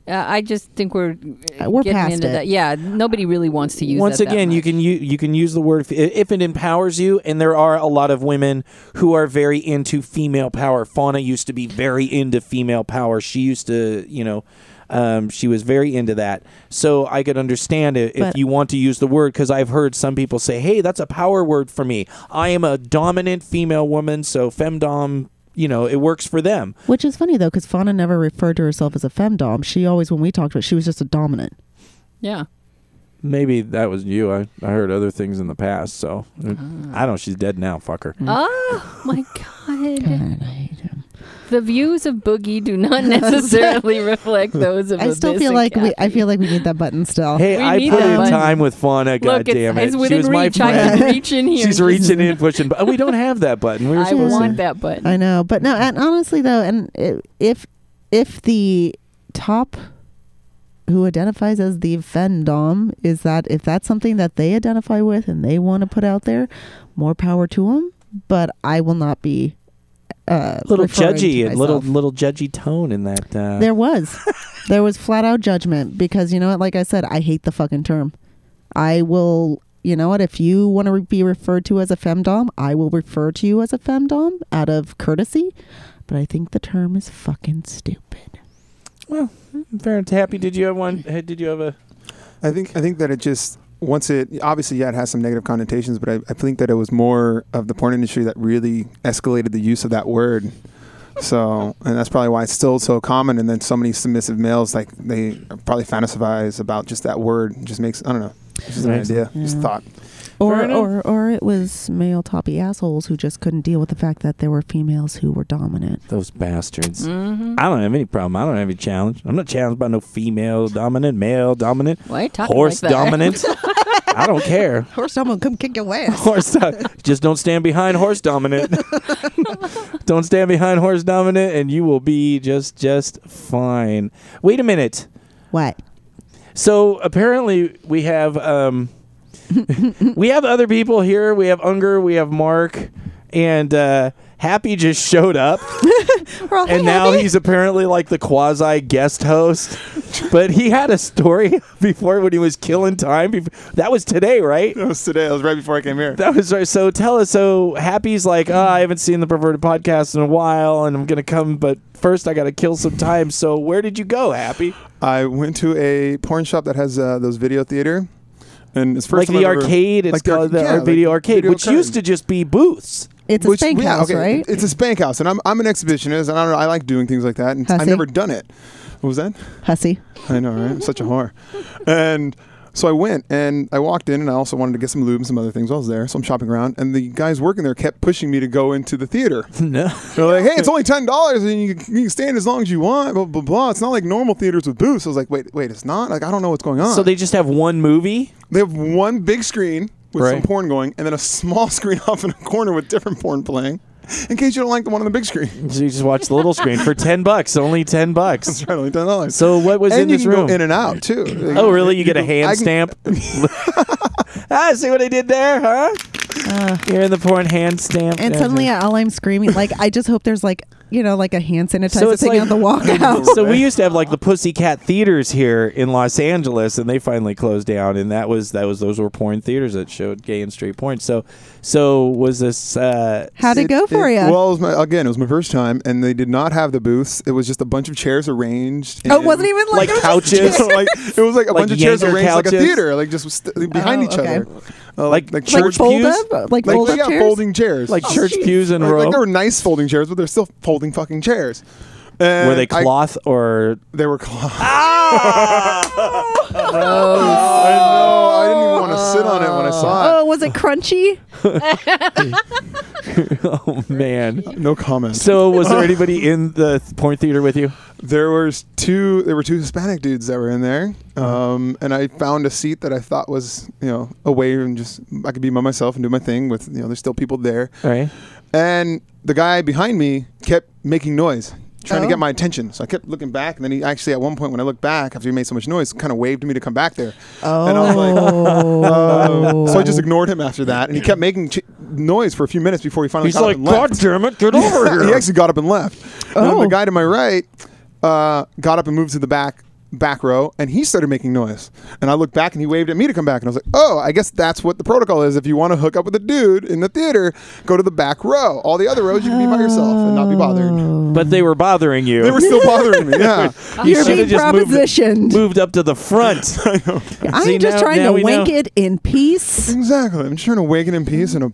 [SPEAKER 4] uh, I just think we're uh,
[SPEAKER 2] We're
[SPEAKER 4] getting
[SPEAKER 2] past
[SPEAKER 4] into
[SPEAKER 2] it.
[SPEAKER 4] that. Yeah, nobody really wants to use.
[SPEAKER 3] Once
[SPEAKER 4] that that
[SPEAKER 3] again, you
[SPEAKER 4] much.
[SPEAKER 3] can you, you can use the word if, if it empowers you, and there are a lot of women who are very into female power. Fauna used to be very into female power. She used to, you know, um, she was very into that. So I could understand it if
[SPEAKER 2] But-
[SPEAKER 3] you want to use the word because I've heard some people say, "Hey, that's a power word for me. I am a dominant female woman, so femdom." You know, it works for them.
[SPEAKER 2] which is funny though because fauna never referred to herself as a femdom she always when we talked about it, she was just a dominant
[SPEAKER 4] yeah.
[SPEAKER 3] Maybe that was you. I, I heard other things in the past, so
[SPEAKER 4] Ah.
[SPEAKER 3] I don't. She's dead now. Fuck her.
[SPEAKER 2] Mm.
[SPEAKER 4] Oh my god, the views of Boogie do not [LAUGHS] necessarily reflect those of.
[SPEAKER 2] i still
[SPEAKER 4] Abyss
[SPEAKER 2] feel
[SPEAKER 4] and
[SPEAKER 2] like we, i
[SPEAKER 4] Kathy.
[SPEAKER 2] feel like we need that button still
[SPEAKER 3] Hey,
[SPEAKER 4] We
[SPEAKER 3] I
[SPEAKER 4] need
[SPEAKER 3] put
[SPEAKER 4] that
[SPEAKER 3] in
[SPEAKER 4] button.
[SPEAKER 3] time with Fauna. God
[SPEAKER 4] Look, it's,
[SPEAKER 3] damn it,
[SPEAKER 4] it's
[SPEAKER 3] she
[SPEAKER 4] within
[SPEAKER 3] was my
[SPEAKER 4] reach. I
[SPEAKER 3] friend.
[SPEAKER 4] can
[SPEAKER 3] [LAUGHS]
[SPEAKER 4] reach in here.
[SPEAKER 3] She's
[SPEAKER 4] [LAUGHS]
[SPEAKER 3] reaching in, pushing. But we don't have that button. We were
[SPEAKER 4] I
[SPEAKER 3] supposed
[SPEAKER 4] want
[SPEAKER 3] to.
[SPEAKER 4] that button.
[SPEAKER 2] I know, but no, and honestly though, and i- if if the top who identifies as the femdom is that if that's something that they identify with and they want to put out there, more power to them. But I will not be uh,
[SPEAKER 3] Little
[SPEAKER 2] referring to
[SPEAKER 3] judgy and little
[SPEAKER 2] myself.
[SPEAKER 3] little judgy tone in that. Uh,
[SPEAKER 2] There was, there was flat out judgment because you know what? Like I said, I hate the fucking term. I will. You know what? If you want to re- be referred to as a femdom, I will refer to you as a femdom out of courtesy. But I think the term is fucking stupid.
[SPEAKER 3] Fair and happy. Did you have one? uh, Did you have a?
[SPEAKER 1] I think I think that it just once it obviously yeah it has some negative connotations, but I, I think that it was more of the porn industry that really escalated the use of that word. So and that's probably why it's still so common. And then so many submissive males like they probably fantasize about just that word. It just makes I don't know. It's just an
[SPEAKER 3] Right.
[SPEAKER 1] idea, just
[SPEAKER 2] Yeah.
[SPEAKER 1] thought.
[SPEAKER 2] Or,
[SPEAKER 3] Fair enough.
[SPEAKER 2] or, or it was male toppy assholes who just couldn't deal with the fact that there were females who were dominant.
[SPEAKER 3] Those bastards.
[SPEAKER 4] Mm-hmm.
[SPEAKER 3] I don't have any problem. I don't have any challenge. I'm not challenged by no female dominant, male dominant,
[SPEAKER 4] Why are you talking
[SPEAKER 3] horse
[SPEAKER 4] like that? [LAUGHS]
[SPEAKER 3] dominant. I don't care.
[SPEAKER 2] Or someone come kick your ass.
[SPEAKER 3] Horse do- just don't stand behind horse dominant. [LAUGHS] don't stand behind horse dominant, and you will be just just fine. Wait a minute.
[SPEAKER 2] What?
[SPEAKER 3] So apparently we have um, [LAUGHS] we have other people here. We have Unger. We have Mark, and uh, Happy just showed up,
[SPEAKER 2] We're all,
[SPEAKER 3] and
[SPEAKER 2] "Hey,
[SPEAKER 3] now
[SPEAKER 2] Abby."
[SPEAKER 3] he's apparently like the quasi guest host. But he had a story [LAUGHS] before when he was killing time. Bef- That was today, right?
[SPEAKER 1] That was today. That was right before I came here.
[SPEAKER 3] That was right. So tell us. So Happy's like, oh, I haven't seen the Perverted Podcast in a while, and I'm gonna come, but first I gotta kill some time. So where did you go, Happy?
[SPEAKER 1] I went to a porn shop that has uh, those video theater, and it's first
[SPEAKER 3] like the
[SPEAKER 1] time I've ever-
[SPEAKER 3] arcade. It's
[SPEAKER 1] like the
[SPEAKER 3] called the,
[SPEAKER 1] yeah,
[SPEAKER 3] ar-
[SPEAKER 1] like
[SPEAKER 3] video arcade,
[SPEAKER 1] video
[SPEAKER 3] which used to just
[SPEAKER 1] [LAUGHS]
[SPEAKER 3] be booths.
[SPEAKER 2] It's a
[SPEAKER 1] Which-
[SPEAKER 2] spank
[SPEAKER 1] yeah,
[SPEAKER 2] house,
[SPEAKER 1] okay,
[SPEAKER 2] right?
[SPEAKER 1] It's a spank house, and I'm I'm an exhibitionist, and I don't know. I like doing things like that, and
[SPEAKER 2] Hussy.
[SPEAKER 1] I've never done it. What was that?
[SPEAKER 2] Hussy.
[SPEAKER 1] I know, right? I'm such a whore. And so I went and I walked in, and I also wanted to get some lube and some other things while I was there. So I'm shopping around, and the guys working there kept pushing me to go into the theater.
[SPEAKER 3] No.
[SPEAKER 1] They're like, hey, it's only ten dollars, and you can, you can stand as long as you want. Blah blah blah. It's not like normal theaters with booths. I was like, wait, wait, it's not. Like I don't know what's going on.
[SPEAKER 3] So they just have one movie.
[SPEAKER 1] they have one big screen with some
[SPEAKER 3] Right.
[SPEAKER 1] porn going, and then a small [LAUGHS] screen off in a corner with different porn playing. In case you don't like the one on the big screen, [LAUGHS]
[SPEAKER 3] So you just watch the little sceen for ten bucks. Only ten bucks.
[SPEAKER 1] it's only ten dollars.
[SPEAKER 3] So what was
[SPEAKER 1] and
[SPEAKER 3] in
[SPEAKER 1] you
[SPEAKER 3] this
[SPEAKER 1] can
[SPEAKER 3] room?
[SPEAKER 1] Go in and out too. Like,
[SPEAKER 3] oh, really? You get a
[SPEAKER 1] can-
[SPEAKER 3] hand
[SPEAKER 1] I can-
[SPEAKER 3] stamp.
[SPEAKER 1] [LAUGHS]
[SPEAKER 3] [LAUGHS] ah, see what I did there, huh?
[SPEAKER 2] Uh,
[SPEAKER 3] You're in the porn hand stamp.
[SPEAKER 2] And
[SPEAKER 3] Yeah,
[SPEAKER 2] suddenly, all I'm screaming, like, I just hope there's like, you know, like a hand sanitizer
[SPEAKER 3] So it's
[SPEAKER 2] thing
[SPEAKER 3] like-
[SPEAKER 2] on
[SPEAKER 3] [LAUGHS]
[SPEAKER 2] the
[SPEAKER 1] Oh,
[SPEAKER 2] walkout.
[SPEAKER 3] so we used to have like the pussycat theaters here in los angeles and they finally closed down and that was that was those were porn theaters that showed gay and straight porn so so was this uh
[SPEAKER 2] How'd it, go for you?
[SPEAKER 1] Well, it was my, again, it was my first time, and they did not have the booths. It was just a bunch of chairs arranged.
[SPEAKER 2] oh, it
[SPEAKER 1] and-
[SPEAKER 2] wasn't even like,
[SPEAKER 3] like
[SPEAKER 1] [LAUGHS]
[SPEAKER 3] couches
[SPEAKER 1] So, like it was like a
[SPEAKER 3] Like
[SPEAKER 1] bunch of chairs
[SPEAKER 3] Yankee
[SPEAKER 1] arranged like a
[SPEAKER 3] couches?
[SPEAKER 1] theater, like just st- behind
[SPEAKER 2] Oh,
[SPEAKER 1] each
[SPEAKER 2] okay.
[SPEAKER 1] other, Uh,
[SPEAKER 3] Like- like
[SPEAKER 2] [LAUGHS] like
[SPEAKER 3] church
[SPEAKER 2] fold
[SPEAKER 3] pews?
[SPEAKER 2] up, like,
[SPEAKER 1] Like
[SPEAKER 2] fold
[SPEAKER 1] they
[SPEAKER 2] up
[SPEAKER 1] got
[SPEAKER 2] chairs. Oh,
[SPEAKER 1] folding chairs,
[SPEAKER 3] like church pews in a
[SPEAKER 1] Like,
[SPEAKER 3] row
[SPEAKER 1] Oh, like they were nice folding chairs, but they're still folding fucking chairs. And
[SPEAKER 3] were they
[SPEAKER 1] I-
[SPEAKER 3] cloth
[SPEAKER 1] [LAUGHS]
[SPEAKER 3] or
[SPEAKER 1] they were cloth.
[SPEAKER 3] Ah!
[SPEAKER 1] I know. I didn't even want to sit on it when I saw
[SPEAKER 2] Oh,
[SPEAKER 1] it.
[SPEAKER 2] was
[SPEAKER 3] [LAUGHS]
[SPEAKER 2] it crunchy?
[SPEAKER 3] oh man
[SPEAKER 1] No comment.
[SPEAKER 3] so was there anybody in the th- porn theater with you
[SPEAKER 1] There was two. There were two Hispanic dudes that were in there, um, and I found a seat that I thought was you know away and just I could be by myself and do my thing with you know there's still people there,
[SPEAKER 3] all right
[SPEAKER 1] and the guy behind me kept making noise. Trying to
[SPEAKER 2] Oh.
[SPEAKER 1] get my attention, so I kept looking back, and then he actually, at one point, when I looked back after he made so much noise, kind of waved to me to come back there.
[SPEAKER 2] Oh.
[SPEAKER 1] And I was like,
[SPEAKER 3] [LAUGHS]
[SPEAKER 1] um, so I
[SPEAKER 2] [LAUGHS]
[SPEAKER 1] just ignored him after that, and he kept making ch- noise for a few minutes before he finally got up and Oh, left.
[SPEAKER 3] damn it
[SPEAKER 1] [LAUGHS]
[SPEAKER 3] get over
[SPEAKER 1] he actually got up and left. And then
[SPEAKER 2] Oh.
[SPEAKER 1] the guy to my right uh, got up and moved to the back back row, and he started making noise. And I looked back, and he waved at me to come back. And I was like, "Oh, I guess that's what the protocol is. If you want to hook up with a dude in the theater, go to the back row. All the other rows, you can be by yourself and not be
[SPEAKER 2] Oh.
[SPEAKER 1] bothered."
[SPEAKER 3] but they were bothering you
[SPEAKER 1] They were still bothering
[SPEAKER 2] [LAUGHS]
[SPEAKER 1] me. Yeah,
[SPEAKER 3] you
[SPEAKER 2] You're
[SPEAKER 3] shoulda
[SPEAKER 2] being
[SPEAKER 3] just moved-
[SPEAKER 2] propositioned.
[SPEAKER 3] moved up to the front
[SPEAKER 2] I'm
[SPEAKER 3] See,
[SPEAKER 2] just
[SPEAKER 3] now-
[SPEAKER 2] trying
[SPEAKER 3] now
[SPEAKER 2] to
[SPEAKER 3] we
[SPEAKER 2] wink
[SPEAKER 3] know.
[SPEAKER 2] it in
[SPEAKER 1] [LAUGHS]
[SPEAKER 2] peace,
[SPEAKER 1] exactly. I'm just trying to wake it in peace in a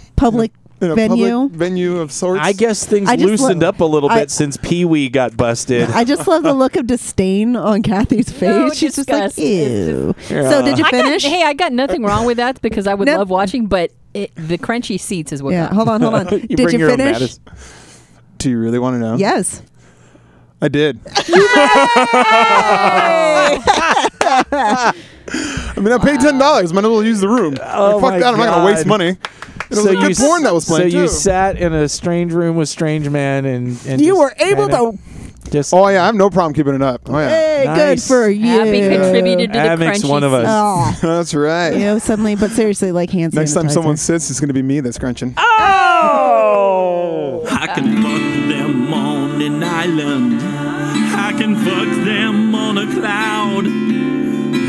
[SPEAKER 3] [LAUGHS]
[SPEAKER 2] public
[SPEAKER 1] in a
[SPEAKER 2] venue.
[SPEAKER 1] public venue of sorts.
[SPEAKER 3] I guess things
[SPEAKER 2] I just
[SPEAKER 3] loosened
[SPEAKER 2] lo-
[SPEAKER 3] up a little
[SPEAKER 2] I-
[SPEAKER 3] bit since Pee Wee got busted.
[SPEAKER 2] I just love the look of disdain on Kathy's
[SPEAKER 4] [LAUGHS]
[SPEAKER 2] face.
[SPEAKER 4] No,
[SPEAKER 2] She's just
[SPEAKER 4] disgust.
[SPEAKER 2] like, ew.
[SPEAKER 3] Yeah.
[SPEAKER 2] So did you
[SPEAKER 4] I got,
[SPEAKER 2] finish?
[SPEAKER 4] hey, I got nothing wrong with that because I would
[SPEAKER 2] No.
[SPEAKER 4] love watching, but it, the crunchy seats is what. got
[SPEAKER 2] yeah,
[SPEAKER 4] me.
[SPEAKER 3] [LAUGHS]
[SPEAKER 2] hold on, hold on.
[SPEAKER 3] [LAUGHS] You
[SPEAKER 2] did
[SPEAKER 3] bring
[SPEAKER 2] you
[SPEAKER 3] your own
[SPEAKER 2] finish?
[SPEAKER 3] Mattis.
[SPEAKER 1] Do you really want to know?
[SPEAKER 2] Yes.
[SPEAKER 1] I did.
[SPEAKER 2] Oh.
[SPEAKER 1] I mean, I paid ten dollars. Might as well use the room.
[SPEAKER 3] Oh
[SPEAKER 1] Like, fuck
[SPEAKER 3] my
[SPEAKER 1] that! I'm not gonna waste
[SPEAKER 3] God.
[SPEAKER 1] money. It was so good
[SPEAKER 3] s-
[SPEAKER 1] porn that was playing
[SPEAKER 3] So you
[SPEAKER 1] too.
[SPEAKER 3] sat in a strange room with strange men, and, and
[SPEAKER 2] You
[SPEAKER 3] just
[SPEAKER 2] were able
[SPEAKER 3] kinda
[SPEAKER 2] to.
[SPEAKER 3] Just
[SPEAKER 1] oh yeah, I have no problem keeping it up. Oh
[SPEAKER 3] [LAUGHS]
[SPEAKER 1] yeah,
[SPEAKER 2] Hey, good
[SPEAKER 3] Nice.
[SPEAKER 2] for you.
[SPEAKER 4] Abby contributed to the
[SPEAKER 3] That makes
[SPEAKER 4] crunchy
[SPEAKER 3] one of us.
[SPEAKER 4] seats.
[SPEAKER 2] Oh,
[SPEAKER 1] that's right.
[SPEAKER 2] you know, suddenly, but seriously, like hand
[SPEAKER 1] Next time
[SPEAKER 2] sanitizer.
[SPEAKER 1] someone sits, it's gonna be me that's crunching.
[SPEAKER 3] Ah! Oh,
[SPEAKER 5] I can fuck them on an island. I can fuck them on a cloud.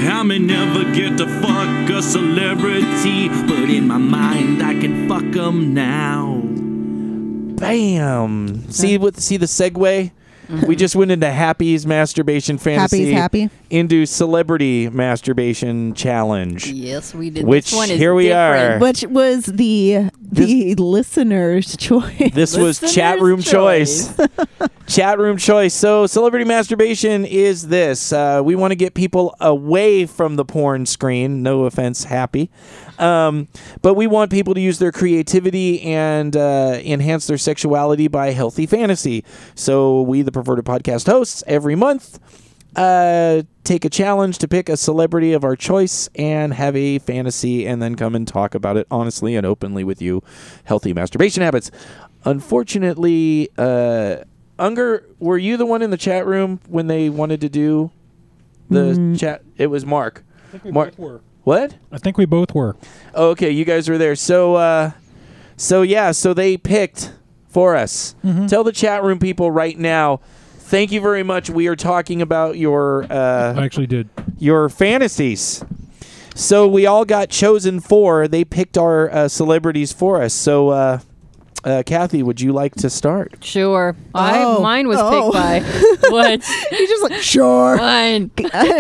[SPEAKER 5] I may never get to fuck a celebrity, but in my mind I can fuck them now.
[SPEAKER 3] bam! See with see the segue. We just went into Happy's masturbation fantasy.
[SPEAKER 2] Mm-hmm. happy.
[SPEAKER 3] Into celebrity masturbation challenge.
[SPEAKER 4] Yes, we did.
[SPEAKER 3] Which,
[SPEAKER 4] this one is
[SPEAKER 3] here we
[SPEAKER 4] different.
[SPEAKER 3] are.
[SPEAKER 2] which was the the listener's [LAUGHS] choice.
[SPEAKER 3] This was
[SPEAKER 4] Listener's
[SPEAKER 3] chat room
[SPEAKER 4] choice.
[SPEAKER 3] choice. [LAUGHS] chat room choice. So, celebrity masturbation is this. Uh, we want to get people away from the porn screen. No offense, happy. Um, but we want people to use their creativity and uh, enhance their sexuality by healthy fantasy. So, we, the perverted podcast hosts, every month. Uh, take a challenge to pick a celebrity of our choice and have a fantasy and then come and talk about it honestly and openly with you. Healthy masturbation habits. Unfortunately, uh, Unger, were you the one in the chat room when they wanted to do the chat? It was Mark. Mark, what?
[SPEAKER 6] I think we both were.
[SPEAKER 3] Oh, okay, you guys were there. So, uh, so yeah, so they picked for us. Tell the chat room people right now. Thank you very much. We are talking about your
[SPEAKER 6] I
[SPEAKER 3] uh,
[SPEAKER 6] actually did.
[SPEAKER 3] your fantasies. So we all got chosen for. They picked our uh, celebrities for us. So, uh, uh, Kathy, would you like to start?
[SPEAKER 4] Sure. I
[SPEAKER 2] Oh.
[SPEAKER 4] mine was
[SPEAKER 2] Oh.
[SPEAKER 4] picked
[SPEAKER 2] [LAUGHS]
[SPEAKER 4] by what?
[SPEAKER 2] You're just like sure. [LAUGHS]
[SPEAKER 4] Mine.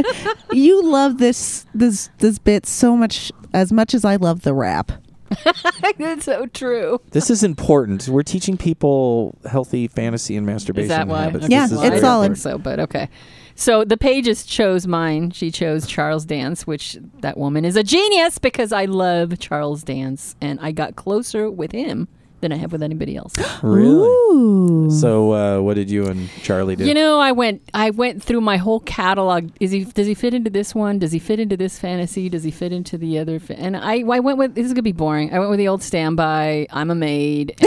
[SPEAKER 4] [LAUGHS]
[SPEAKER 2] you love this this this bit so much as much as I love the rap.
[SPEAKER 4] That's so true.
[SPEAKER 3] This is important. We're teaching people healthy fantasy and masturbation
[SPEAKER 4] Is that why?
[SPEAKER 3] habits.
[SPEAKER 4] Okay.
[SPEAKER 2] Yeah,
[SPEAKER 3] This is
[SPEAKER 2] it's
[SPEAKER 4] I
[SPEAKER 3] very
[SPEAKER 4] don't
[SPEAKER 2] solid.
[SPEAKER 4] think so, but okay. So the pages chose mine. She chose Charles Dance, which that woman is a genius because I love Charles Dance, and I got closer with him than I have with anybody
[SPEAKER 2] [GASPS]
[SPEAKER 4] else. [GASPS]
[SPEAKER 3] Really?
[SPEAKER 2] Ooh.
[SPEAKER 3] So, uh, what did you and Charlie do?
[SPEAKER 4] You know, I went I went through my whole catalog. Is he does he fit into this one? Does he fit into this fantasy? Does he fit into the other? Fa- and I I went with this is gonna be boring. I went with the old standby. I'm a maid. [LAUGHS]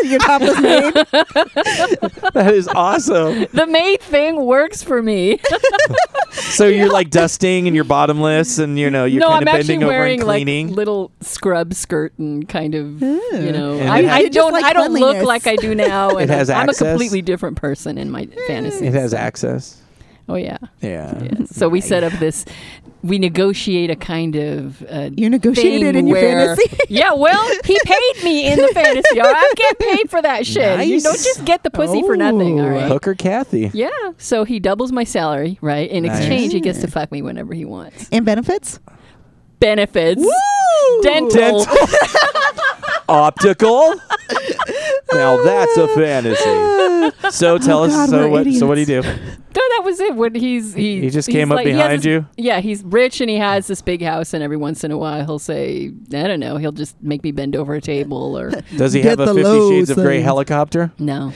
[SPEAKER 4] And
[SPEAKER 2] Your top was made.
[SPEAKER 3] [LAUGHS] that is awesome.
[SPEAKER 4] the maid thing works for me.
[SPEAKER 3] So you're like dusting and you're bottomless and you know you're
[SPEAKER 4] [LAUGHS] no,
[SPEAKER 3] kind
[SPEAKER 4] I'm
[SPEAKER 3] of bending
[SPEAKER 4] actually
[SPEAKER 3] over
[SPEAKER 4] wearing
[SPEAKER 3] and cleaning.
[SPEAKER 4] like little scrub skirt and kind of you know.
[SPEAKER 3] And
[SPEAKER 4] I,
[SPEAKER 3] it
[SPEAKER 4] I
[SPEAKER 3] has-
[SPEAKER 2] You just
[SPEAKER 4] don't
[SPEAKER 2] like
[SPEAKER 4] I don't look
[SPEAKER 2] cleanliness.
[SPEAKER 4] like I
[SPEAKER 2] [LAUGHS]
[SPEAKER 4] do now.
[SPEAKER 3] It
[SPEAKER 4] And
[SPEAKER 3] has
[SPEAKER 4] I'm
[SPEAKER 3] access.
[SPEAKER 4] a completely different person in my fantasy.
[SPEAKER 3] it has access.
[SPEAKER 4] Oh yeah.
[SPEAKER 3] Yeah.
[SPEAKER 4] So we set up this. We negotiate a kind of. Uh,
[SPEAKER 2] You
[SPEAKER 3] Oh,
[SPEAKER 2] negotiated
[SPEAKER 4] thing
[SPEAKER 2] in your
[SPEAKER 3] [LAUGHS]
[SPEAKER 4] where-
[SPEAKER 2] fantasy.
[SPEAKER 4] yeah, well, he paid me in the fantasy. All right, I get paid for that shit. You
[SPEAKER 3] Nice. Oh.
[SPEAKER 4] don't just get the pussy for nothing. All right.
[SPEAKER 3] Hooker Kathy.
[SPEAKER 4] Yeah. So he doubles my salary, right? In
[SPEAKER 3] Nice.
[SPEAKER 4] exchange, he gets to fuck me whenever he wants.
[SPEAKER 2] [LAUGHS] and benefits.
[SPEAKER 4] Benefits. Dental.
[SPEAKER 3] Dental.
[SPEAKER 2] [LAUGHS]
[SPEAKER 3] Optical. now that's a fantasy. So tell us.
[SPEAKER 2] Oh God,
[SPEAKER 3] So
[SPEAKER 2] we're
[SPEAKER 3] what? So what do you do?
[SPEAKER 2] idiots.
[SPEAKER 4] [LAUGHS] No, that was it. When he's he,
[SPEAKER 3] He just
[SPEAKER 4] he's
[SPEAKER 3] came up
[SPEAKER 4] like- he has
[SPEAKER 3] behind
[SPEAKER 4] this-
[SPEAKER 3] you?
[SPEAKER 4] Yeah, he's rich and he has this big house, and every once in a while he'll say, I don't know, he'll just make me bend over a table or [LAUGHS]
[SPEAKER 3] Does he
[SPEAKER 2] Get
[SPEAKER 3] have a
[SPEAKER 2] the
[SPEAKER 3] Fifty
[SPEAKER 2] low
[SPEAKER 3] Shades of Grey
[SPEAKER 2] thing. [LAUGHS]
[SPEAKER 3] helicopter? [LAUGHS]
[SPEAKER 4] no.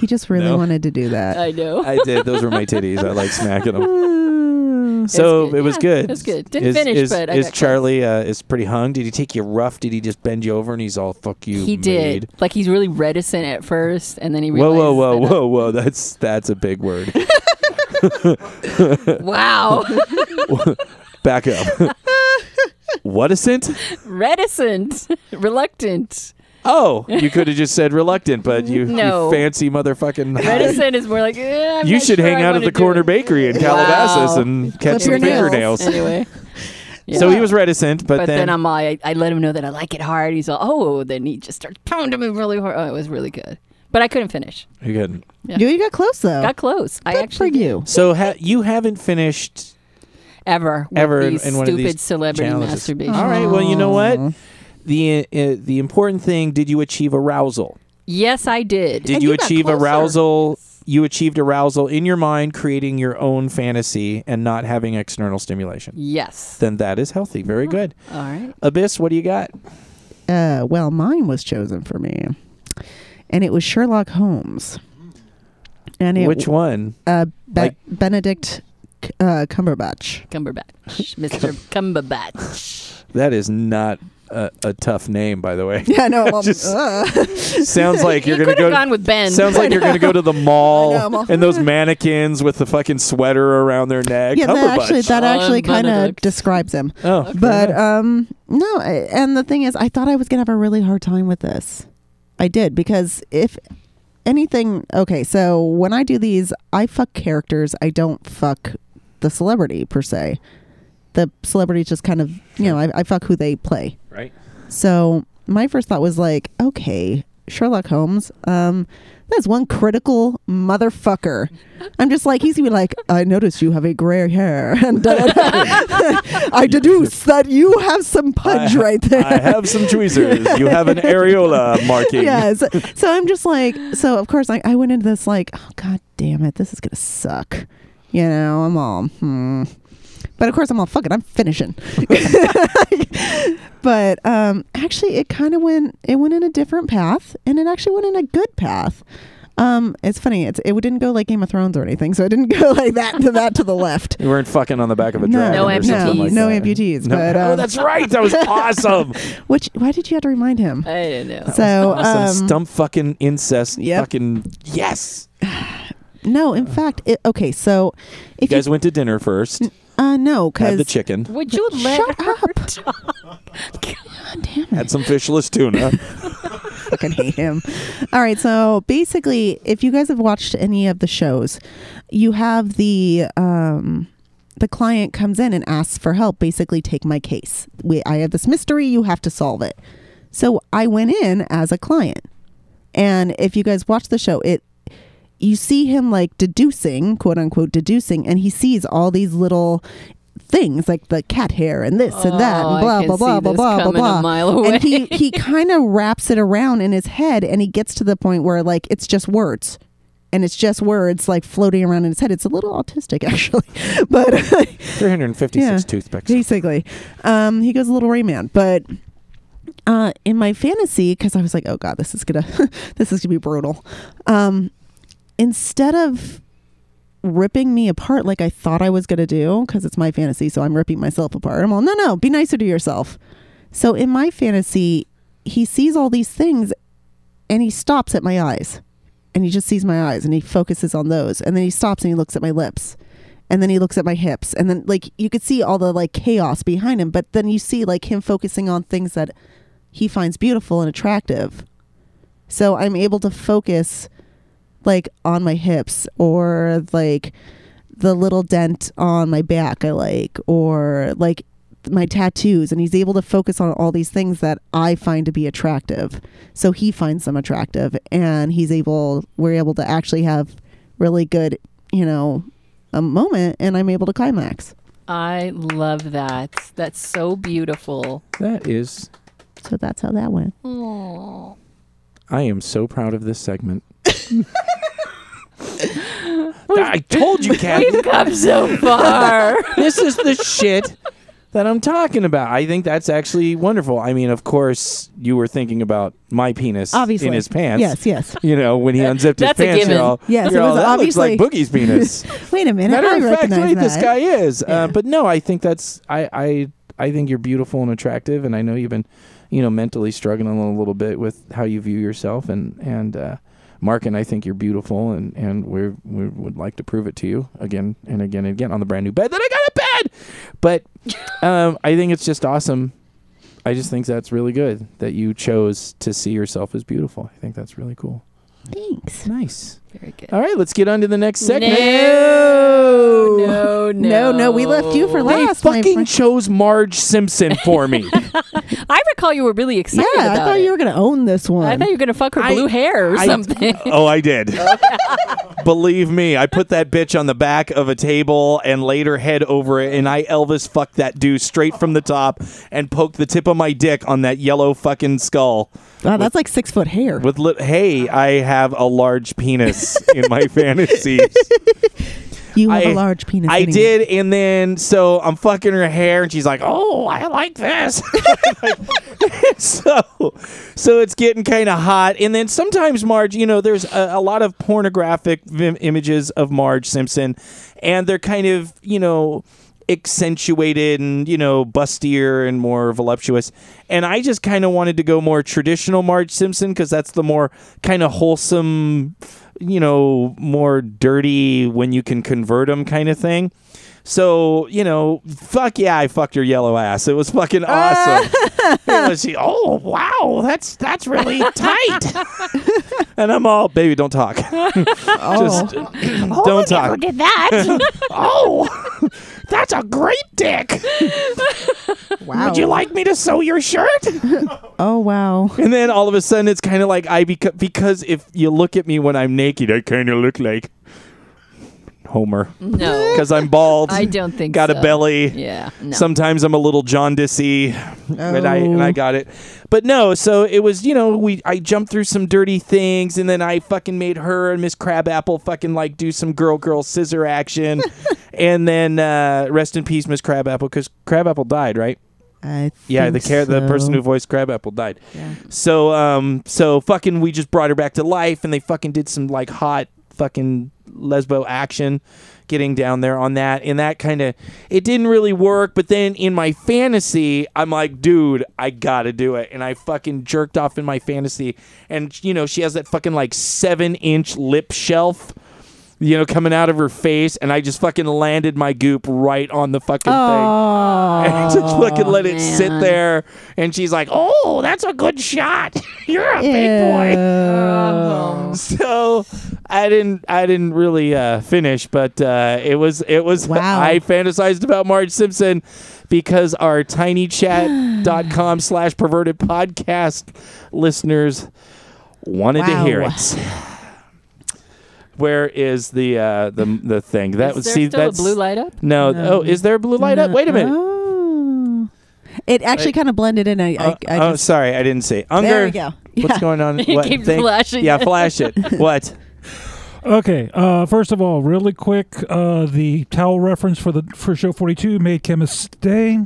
[SPEAKER 2] He just really
[SPEAKER 3] No.
[SPEAKER 2] wanted to do that.
[SPEAKER 4] I know.
[SPEAKER 3] I did. Those were my titties. I like smacking them.
[SPEAKER 2] [LAUGHS] Ooh.
[SPEAKER 3] So
[SPEAKER 4] good.
[SPEAKER 3] it was
[SPEAKER 4] Yeah,
[SPEAKER 3] good.
[SPEAKER 4] it was good. Didn't
[SPEAKER 3] is,
[SPEAKER 4] finish,
[SPEAKER 3] is,
[SPEAKER 4] but I
[SPEAKER 3] is
[SPEAKER 4] got close.
[SPEAKER 3] Charlie uh, is pretty hung? Did he take you rough? Did he just bend you over and he's all fuck you?
[SPEAKER 4] he
[SPEAKER 3] maid"?
[SPEAKER 4] did. Like he's really reticent at first, and then he
[SPEAKER 3] Whoa,
[SPEAKER 4] realized.
[SPEAKER 3] whoa, whoa,
[SPEAKER 4] that-
[SPEAKER 3] whoa, whoa! That's that's a big word. [LAUGHS]
[SPEAKER 4] Wow,
[SPEAKER 3] Back
[SPEAKER 4] [LAUGHS]
[SPEAKER 3] up. what a scent?
[SPEAKER 4] reticent, [LAUGHS]
[SPEAKER 2] [LAUGHS]
[SPEAKER 4] reluctant.
[SPEAKER 3] Oh, you could have just said reluctant, but you, you
[SPEAKER 4] No.
[SPEAKER 3] fancy motherfucking.
[SPEAKER 4] Reticent is more like. "Eh, I'm
[SPEAKER 3] You
[SPEAKER 4] not
[SPEAKER 3] should
[SPEAKER 4] sure
[SPEAKER 3] hang
[SPEAKER 4] I
[SPEAKER 3] out at
[SPEAKER 4] wanna
[SPEAKER 3] the
[SPEAKER 4] do
[SPEAKER 3] corner
[SPEAKER 4] it."
[SPEAKER 3] bakery in
[SPEAKER 4] Wow.
[SPEAKER 3] Calabasas and catch some
[SPEAKER 2] your nails.
[SPEAKER 3] fingernails. [LAUGHS]
[SPEAKER 4] Anyway, Yeah.
[SPEAKER 3] So he was reticent, but,
[SPEAKER 4] But then,
[SPEAKER 3] then,
[SPEAKER 4] I'm all, I, I let him know that I like it hard. He's all, oh, then he just starts pounding me really hard. Oh, it was really good. But I couldn't finish.
[SPEAKER 3] you couldn't.
[SPEAKER 2] You you got close though.
[SPEAKER 4] Got close. I
[SPEAKER 2] Oh. Good
[SPEAKER 4] actually
[SPEAKER 2] for you.
[SPEAKER 3] So ha- you haven't finished
[SPEAKER 4] ever with
[SPEAKER 3] ever in-
[SPEAKER 4] these
[SPEAKER 3] in one
[SPEAKER 4] stupid
[SPEAKER 3] of these
[SPEAKER 4] celebrity
[SPEAKER 3] challenges.
[SPEAKER 4] masturbation.
[SPEAKER 3] All right. Well, you know what? The uh, the important thing: did you achieve arousal?
[SPEAKER 4] Yes, I did.
[SPEAKER 3] Did
[SPEAKER 2] And
[SPEAKER 3] you
[SPEAKER 2] you got
[SPEAKER 3] achieve
[SPEAKER 2] closer.
[SPEAKER 3] arousal? You achieved arousal in your mind, creating your own fantasy and not having external stimulation.
[SPEAKER 4] yes.
[SPEAKER 3] Then that is healthy.
[SPEAKER 4] Hmm.
[SPEAKER 3] Very good.
[SPEAKER 4] All right.
[SPEAKER 3] Abyss, what do you got?
[SPEAKER 2] Uh, well, mine was chosen for me, and it was Sherlock Holmes. And it
[SPEAKER 3] Which one?
[SPEAKER 2] Uh, Be-
[SPEAKER 3] Like-
[SPEAKER 2] Benedict uh,
[SPEAKER 3] [LAUGHS]
[SPEAKER 2] Cumberbatch.
[SPEAKER 4] Cumberbatch. Mr. Cumberbatch.
[SPEAKER 3] That is not a, a tough name, by the
[SPEAKER 4] [LAUGHS]
[SPEAKER 3] way.
[SPEAKER 2] Yeah, no, well,
[SPEAKER 3] Just-
[SPEAKER 2] uh,
[SPEAKER 3] sounds like you're
[SPEAKER 4] you
[SPEAKER 3] gonna
[SPEAKER 4] could
[SPEAKER 3] go.
[SPEAKER 4] have gone with Ben.
[SPEAKER 3] sounds like you're gonna go to the mall
[SPEAKER 2] [LAUGHS] I know, I'm all-
[SPEAKER 3] and those mannequins with the fucking sweater around their neck.
[SPEAKER 2] yeah. That
[SPEAKER 3] Cumberbatch.
[SPEAKER 2] actually, that
[SPEAKER 4] Oh,
[SPEAKER 2] actually kind of
[SPEAKER 4] Benedict.
[SPEAKER 2] describes him.
[SPEAKER 3] oh, fair
[SPEAKER 2] But
[SPEAKER 3] enough.
[SPEAKER 2] um, no, I- and the thing is, I thought I was gonna have a really hard time with this. I did because if anything, okay, so when I do these, I fuck characters. I don't fuck the celebrity per se. The celebrity just kind of, you know, I, I fuck who they play.
[SPEAKER 3] right.
[SPEAKER 2] So my first thought was like, okay, Sherlock Holmes, um, that's one critical motherfucker. I'm just like, he's gonna be like, I notice you have a gray hair, [LAUGHS]
[SPEAKER 3] [LAUGHS]
[SPEAKER 2] and da, da, da. I deduce that you have some
[SPEAKER 3] I
[SPEAKER 2] pudge
[SPEAKER 3] ha-
[SPEAKER 2] right there.
[SPEAKER 3] I have some
[SPEAKER 2] [LAUGHS]
[SPEAKER 3] tweezers. You have an areola marking.
[SPEAKER 2] Yes.
[SPEAKER 3] [LAUGHS]
[SPEAKER 2] So I'm just like, so of course, like I went into this like, oh god damn it, this is gonna suck. You know, I'm all hmm. But of course, I'm all fuck it, I'm finishing. [LAUGHS] but um, actually, it kind of went it went in a different path, and it actually went in a good path. Um, it's funny. It's, it didn't go like Game of Thrones or anything, so it didn't [LAUGHS] go like that to that to the left.
[SPEAKER 3] You weren't fucking on the back of a
[SPEAKER 2] No.
[SPEAKER 3] dragon.
[SPEAKER 4] No
[SPEAKER 3] or something
[SPEAKER 4] amputees.
[SPEAKER 3] Like
[SPEAKER 2] No
[SPEAKER 3] that.
[SPEAKER 2] amputees, but,
[SPEAKER 3] oh,
[SPEAKER 2] um,
[SPEAKER 3] that's right. That was awesome.
[SPEAKER 2] [LAUGHS] Which why did you have to remind him?
[SPEAKER 4] [LAUGHS] I don't know.
[SPEAKER 2] so
[SPEAKER 3] awesome.
[SPEAKER 2] um,
[SPEAKER 3] Stump fucking incest.
[SPEAKER 2] Yep.
[SPEAKER 3] Fucking yes.
[SPEAKER 2] no, in fact, it, okay. So
[SPEAKER 3] Uh. You
[SPEAKER 2] if you,
[SPEAKER 3] guys went to dinner first.
[SPEAKER 2] uh, no,
[SPEAKER 3] Had
[SPEAKER 2] because
[SPEAKER 3] the chicken.
[SPEAKER 4] Would you let
[SPEAKER 2] Shut
[SPEAKER 4] her
[SPEAKER 2] up.
[SPEAKER 4] talk?
[SPEAKER 2] [LAUGHS] God damn it.
[SPEAKER 3] Had some fishless
[SPEAKER 2] [LAUGHS]
[SPEAKER 3] tuna.
[SPEAKER 2] fucking hate him. All right, so basically, if you guys have watched any of the shows, you have the um, the client comes in and asks for help. Basically, take my case. We, I have this mystery. You have to solve it. So I went in as a client, and if you guys watch the show, it you see him like deducing, quote unquote, deducing, and he sees all these little things like the cat hair and this and that
[SPEAKER 4] Oh, I
[SPEAKER 2] and blah
[SPEAKER 4] can
[SPEAKER 2] blah blah
[SPEAKER 4] see
[SPEAKER 2] blah
[SPEAKER 4] this
[SPEAKER 2] blah blah
[SPEAKER 4] coming a
[SPEAKER 2] blah.
[SPEAKER 4] mile away.
[SPEAKER 2] And
[SPEAKER 4] [LAUGHS]
[SPEAKER 2] he he kind of wraps it around in his head, and he gets to the point where like it's just words. And it's just words like floating around in his head. It's a little autistic, [LAUGHS] actually, but [LAUGHS]
[SPEAKER 3] 356 toothpicks.
[SPEAKER 2] Basically, um, he goes a little Rayman, but uh, in my fantasy, because I was like, oh god, this is gonna, [LAUGHS] this is gonna be brutal. Um, instead of ripping me apart like I thought I was gonna do, because it's my fantasy, so I'm ripping myself apart. I'm all, no, no, be nicer to yourself. So in my fantasy, he sees all these things, and he stops at my eyes, and he just sees my eyes, and he focuses on those, and then he stops and he looks at my lips and then he looks at my hips and then like you could see all the like chaos behind him but then you see like him focusing on things that he finds beautiful and attractive so i'm able to focus like on my hips or like the little dent on my back i like or like my tattoos and he's able to focus on all these things that i find to be attractive so he finds them attractive and he's able we're able to actually have really good you know a moment and I'm able to climax.
[SPEAKER 4] I love that. That's so beautiful.
[SPEAKER 3] That is.
[SPEAKER 2] So that's how that went.
[SPEAKER 3] I am so proud of this segment. I told
[SPEAKER 2] [LAUGHS]
[SPEAKER 3] you, Kathy. [LAUGHS]
[SPEAKER 4] Come so far.
[SPEAKER 3] this is the shit that I'm talking about. I think that's actually wonderful. I mean, of course, you were thinking about my penis
[SPEAKER 2] Obviously.
[SPEAKER 3] in his pants. [LAUGHS]
[SPEAKER 2] Yes, yes.
[SPEAKER 3] You know, when he unzipped his
[SPEAKER 4] That's a
[SPEAKER 3] pants, you're
[SPEAKER 4] given.
[SPEAKER 3] all,
[SPEAKER 2] Yes,
[SPEAKER 3] you're
[SPEAKER 2] it
[SPEAKER 3] all,
[SPEAKER 2] was
[SPEAKER 3] that
[SPEAKER 2] obviously-
[SPEAKER 3] looks like Boogie's
[SPEAKER 2] [LAUGHS]
[SPEAKER 3] penis.
[SPEAKER 2] Wait a minute.
[SPEAKER 3] Matter
[SPEAKER 2] I
[SPEAKER 3] of fact,
[SPEAKER 2] recognize
[SPEAKER 3] wait,
[SPEAKER 2] that.
[SPEAKER 3] this guy is.
[SPEAKER 2] Yeah.
[SPEAKER 3] Uh, but no, I think that's I, I I think you're beautiful and attractive, and I know you've been, you know, mentally struggling a little bit with how you view yourself, and and uh, Mark and I think you're beautiful, and and we we would like to prove it to you again and again and again on the brand new bed that I got in bed.
[SPEAKER 2] [LAUGHS]
[SPEAKER 3] But um, I think it's just awesome. I just think that's really good that you chose to see yourself as beautiful. I think that's really cool.
[SPEAKER 2] Thanks.
[SPEAKER 3] Nice.
[SPEAKER 4] Very good.
[SPEAKER 3] All right, let's get on to the next segment.
[SPEAKER 4] No, Oh, no, no,
[SPEAKER 2] No, no, we left you for
[SPEAKER 3] They
[SPEAKER 2] last. my
[SPEAKER 3] fucking
[SPEAKER 2] friend.
[SPEAKER 3] chose Marge Simpson for
[SPEAKER 2] [LAUGHS]
[SPEAKER 3] me.
[SPEAKER 4] I recall you were really
[SPEAKER 2] yeah,
[SPEAKER 4] excited.
[SPEAKER 2] I
[SPEAKER 4] about
[SPEAKER 2] thought
[SPEAKER 4] it.
[SPEAKER 2] you were going to own this one.
[SPEAKER 4] I thought you were gonna fuck her
[SPEAKER 3] I-
[SPEAKER 4] blue hair or
[SPEAKER 3] I-
[SPEAKER 4] [LAUGHS] something.
[SPEAKER 3] [LAUGHS] oh, I did. Believe me, I put that bitch on the back of a table and laid her head over it, and I Elvis fucked that dude straight from the top and poked the tip of my dick on that yellow fucking skull.
[SPEAKER 2] wow, that's like six foot hair.
[SPEAKER 3] With li- hey, I have a large penis in
[SPEAKER 2] [LAUGHS]
[SPEAKER 3] my fantasies.
[SPEAKER 2] you have
[SPEAKER 3] I-
[SPEAKER 2] a large penis.
[SPEAKER 3] I
[SPEAKER 2] anyway.
[SPEAKER 3] did, and then so I'm fucking her hair, and she's like, "Oh, I like this." Like, [LAUGHS] so, so it's getting kind of hot, and then sometimes Marge, you know, there's a, a lot of pornographic vim- images of Marge Simpson, and they're kind of, you know. Accentuated and you know bustier and more voluptuous, and I just kind of wanted to go more traditional Marge Simpson because that's the more kind of wholesome, you know, more dirty when you can convert them kind of thing. So, you know, fuck yeah, I fucked your yellow ass. It was fucking
[SPEAKER 4] [LAUGHS]
[SPEAKER 3] awesome. It was- oh, wow, that's that's really tight. and I'm all, baby, don't talk. [LAUGHS]
[SPEAKER 4] Oh.
[SPEAKER 3] Just [CLEARS THROAT] don't talk.
[SPEAKER 8] did that.
[SPEAKER 3] oh, that's a great dick.
[SPEAKER 2] [LAUGHS]
[SPEAKER 3] [LAUGHS]
[SPEAKER 2] Wow.
[SPEAKER 3] Would you like me to sew your shirt?
[SPEAKER 2] Oh wow.
[SPEAKER 3] And then all of a sudden, it's kind of like I become because if you look at me when I'm naked, I kind of look like
[SPEAKER 4] [LAUGHS]
[SPEAKER 3] Homer
[SPEAKER 4] No,
[SPEAKER 3] because I'm bald.
[SPEAKER 4] I don't think
[SPEAKER 3] got
[SPEAKER 4] so.
[SPEAKER 3] a belly.
[SPEAKER 4] Yeah, no.
[SPEAKER 3] Sometimes I'm a little jaundicey, and I
[SPEAKER 2] Oh.
[SPEAKER 3] and I got it. But no, so it was you know we I jumped through some dirty things, and then I fucking made her and Miss Crabapple fucking like do some girl girl scissor
[SPEAKER 2] [LAUGHS]
[SPEAKER 3] action, and then uh, rest in peace Miss Crabapple because Crabapple died right.
[SPEAKER 2] I
[SPEAKER 3] Yeah, the
[SPEAKER 2] think
[SPEAKER 3] care the person
[SPEAKER 2] so.
[SPEAKER 3] who voiced Crabapple died.
[SPEAKER 2] Yeah.
[SPEAKER 3] So um so fucking we just brought her back to life and they fucking did some like hot fucking lesbo action getting down there on that and that kind of it didn't really work but then in my fantasy I'm like dude I got to do it and I fucking jerked off in my fantasy and you know she has that fucking like 7-inch lip shelf you know coming out of her face and I just fucking landed my goop right on the fucking thing [LAUGHS] and I just fucking let it sit
[SPEAKER 4] Oh, man.
[SPEAKER 3] there. And she's like, "Oh, that's a good shot. [LAUGHS] You're a big boy." [LAUGHS] So I didn't, I didn't really uh, finish, but uh, it was, it was. [LAUGHS]
[SPEAKER 2] Wow.
[SPEAKER 3] I fantasized about Marge Simpson because our tinychat.com slash perverted podcast listeners wanted to
[SPEAKER 2] Wow.
[SPEAKER 3] hear it. [SIGHS] Where is the uh, the the thing that
[SPEAKER 4] Is
[SPEAKER 3] was
[SPEAKER 4] there
[SPEAKER 3] see
[SPEAKER 4] still
[SPEAKER 3] that's
[SPEAKER 4] a blue
[SPEAKER 3] [LAUGHS]
[SPEAKER 4] light up? [LAUGHS]
[SPEAKER 3] no,
[SPEAKER 2] No.
[SPEAKER 3] oh is there a blue light up wait a minute
[SPEAKER 2] Oh. It actually kind of blended in. I, I,
[SPEAKER 3] Uh,
[SPEAKER 2] I
[SPEAKER 3] oh,
[SPEAKER 2] just,
[SPEAKER 3] sorry, I didn't see. Unger,
[SPEAKER 2] there we go.
[SPEAKER 3] what's
[SPEAKER 2] Yeah.
[SPEAKER 3] going on?
[SPEAKER 4] [LAUGHS] He keeps flashing
[SPEAKER 3] Yeah,
[SPEAKER 4] it.
[SPEAKER 3] flash it. What?
[SPEAKER 6] Okay. Uh, first of all, really quick, uh, the towel reference for the for show forty two made chemists day.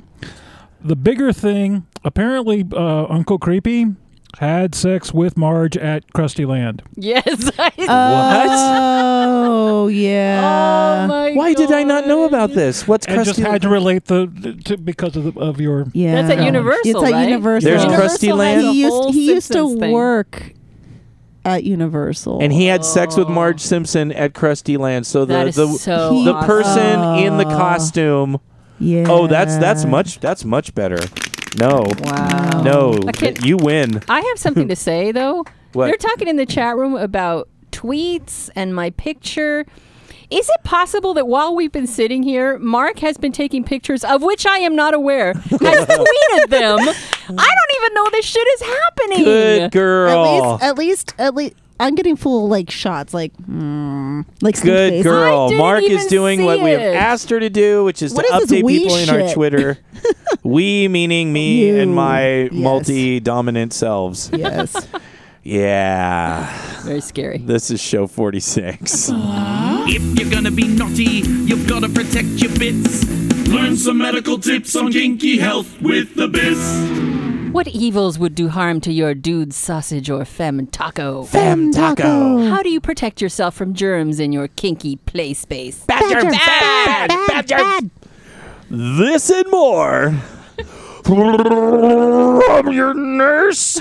[SPEAKER 6] The bigger thing, apparently, uh, Uncle Creepy had sex with Marge at Krusty Land.
[SPEAKER 4] [LAUGHS] Yes. I,
[SPEAKER 3] Uh,
[SPEAKER 2] Oh
[SPEAKER 4] [LAUGHS] oh
[SPEAKER 2] yeah.
[SPEAKER 4] my
[SPEAKER 3] Why did I not know
[SPEAKER 4] God.
[SPEAKER 3] about this? What's
[SPEAKER 6] And just
[SPEAKER 3] crusty?
[SPEAKER 6] had to relate the to, because of the, of your
[SPEAKER 2] yeah.
[SPEAKER 4] That's at Universal,
[SPEAKER 2] It's at
[SPEAKER 4] right?
[SPEAKER 2] Universal.
[SPEAKER 3] There's
[SPEAKER 4] Universal
[SPEAKER 3] Krusty
[SPEAKER 4] has
[SPEAKER 3] Land.
[SPEAKER 4] a
[SPEAKER 2] He used,
[SPEAKER 4] whole
[SPEAKER 2] he used to
[SPEAKER 4] Simpsons thing.
[SPEAKER 2] work at Universal.
[SPEAKER 3] and he had sex with Marge Simpson at Krusty Land. So the
[SPEAKER 4] That is
[SPEAKER 3] the
[SPEAKER 4] so
[SPEAKER 3] the
[SPEAKER 4] awesome.
[SPEAKER 3] person in the
[SPEAKER 2] Oh.
[SPEAKER 3] costume.
[SPEAKER 2] yeah.
[SPEAKER 3] Oh, that's that's much that's much better. No,
[SPEAKER 4] Wow.
[SPEAKER 3] no,
[SPEAKER 4] I can't-
[SPEAKER 3] you win.
[SPEAKER 4] I have something to say though.
[SPEAKER 3] [LAUGHS] What?
[SPEAKER 4] They're talking in the chat room about tweets and my picture. Is it possible that while we've been sitting here, Mark has been taking pictures of which I am not aware,
[SPEAKER 3] [LAUGHS]
[SPEAKER 4] has tweeted them? I don't even know this shit is happening.
[SPEAKER 3] Good
[SPEAKER 2] At
[SPEAKER 3] girl.
[SPEAKER 2] least, at least, at least, I'm getting full like shots, like, mm, like stink
[SPEAKER 3] Good
[SPEAKER 2] face.
[SPEAKER 4] I
[SPEAKER 3] girl.
[SPEAKER 4] didn't
[SPEAKER 3] Mark is
[SPEAKER 4] even
[SPEAKER 3] doing
[SPEAKER 4] see
[SPEAKER 3] what we have
[SPEAKER 4] it.
[SPEAKER 3] asked her to do, which is
[SPEAKER 2] What
[SPEAKER 3] to
[SPEAKER 2] is this
[SPEAKER 3] update
[SPEAKER 2] we
[SPEAKER 3] people in our
[SPEAKER 2] shit?
[SPEAKER 3] Twitter. we meaning me
[SPEAKER 2] You.
[SPEAKER 3] and my
[SPEAKER 2] Yes.
[SPEAKER 3] multi-dominant selves.
[SPEAKER 2] [LAUGHS] Yes.
[SPEAKER 3] Yeah.
[SPEAKER 4] Very scary.
[SPEAKER 3] This is show 46.
[SPEAKER 7] If you're gonna be naughty, you've gotta protect your bits.
[SPEAKER 5] Learn some medical tips on kinky health with the biz.
[SPEAKER 4] What evils would do harm to your dude sausage or femme taco?
[SPEAKER 3] Fem taco.
[SPEAKER 4] How do you protect yourself from germs in your kinky play space?
[SPEAKER 3] Badger, badger, bad, badger. This and more. From your nurse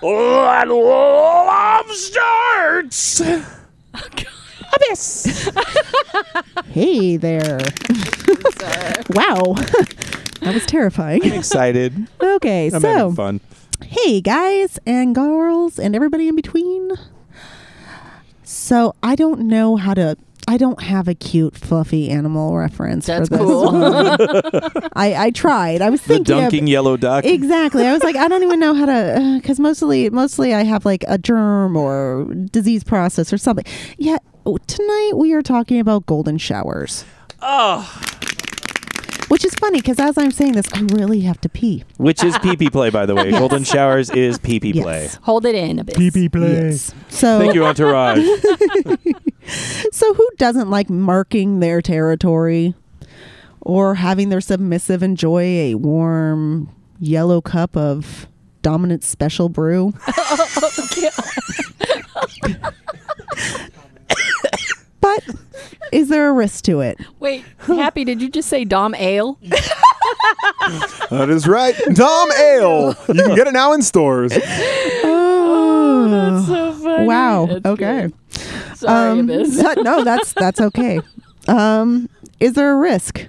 [SPEAKER 3] that loves darts. Abyss.
[SPEAKER 2] hey there. [LAUGHS] wow. [LAUGHS] that was
[SPEAKER 3] [LAUGHS]
[SPEAKER 2] terrifying.
[SPEAKER 3] Excited.
[SPEAKER 2] Okay,
[SPEAKER 3] I'm having
[SPEAKER 2] so
[SPEAKER 3] fun.
[SPEAKER 2] hey guys and girls and everybody in between. So I don't know how to. I don't have a cute, fluffy animal reference
[SPEAKER 4] That's
[SPEAKER 2] for this.
[SPEAKER 4] cool.
[SPEAKER 2] one. I, I tried. I was
[SPEAKER 3] The
[SPEAKER 2] thinking of-
[SPEAKER 3] dunking yellow duck.
[SPEAKER 2] Exactly. I was like, I don't even know how to, because mostly, mostly I have like a germ or disease process or something. Yeah. oh, Tonight we are talking about golden showers. Oh. Which is funny because as I'm saying this, I really have to pee.
[SPEAKER 3] Which is pee pee play, by
[SPEAKER 2] [LAUGHS]
[SPEAKER 3] the way. Golden showers is pee pee play.
[SPEAKER 2] Yes.
[SPEAKER 4] Hold it in a bit.
[SPEAKER 6] play.
[SPEAKER 2] Yes. So,
[SPEAKER 3] Thank
[SPEAKER 2] [LAUGHS]
[SPEAKER 3] you, Entourage.
[SPEAKER 2] so who doesn't like marking their territory or having their submissive enjoy a warm yellow cup of dominant special brew? but is there a risk to it?
[SPEAKER 4] Wait, Happy, did you just say Dom Ale?
[SPEAKER 1] That is right. Dom Ale. You can get it now in
[SPEAKER 3] [LAUGHS]
[SPEAKER 1] stores.
[SPEAKER 2] Oh,
[SPEAKER 4] so funny.
[SPEAKER 2] wow.
[SPEAKER 4] That's
[SPEAKER 2] okay.
[SPEAKER 4] good. Sorry,
[SPEAKER 2] Um,
[SPEAKER 4] Abyss. [LAUGHS]
[SPEAKER 2] that- no, that's that's okay. Um, is there a risk?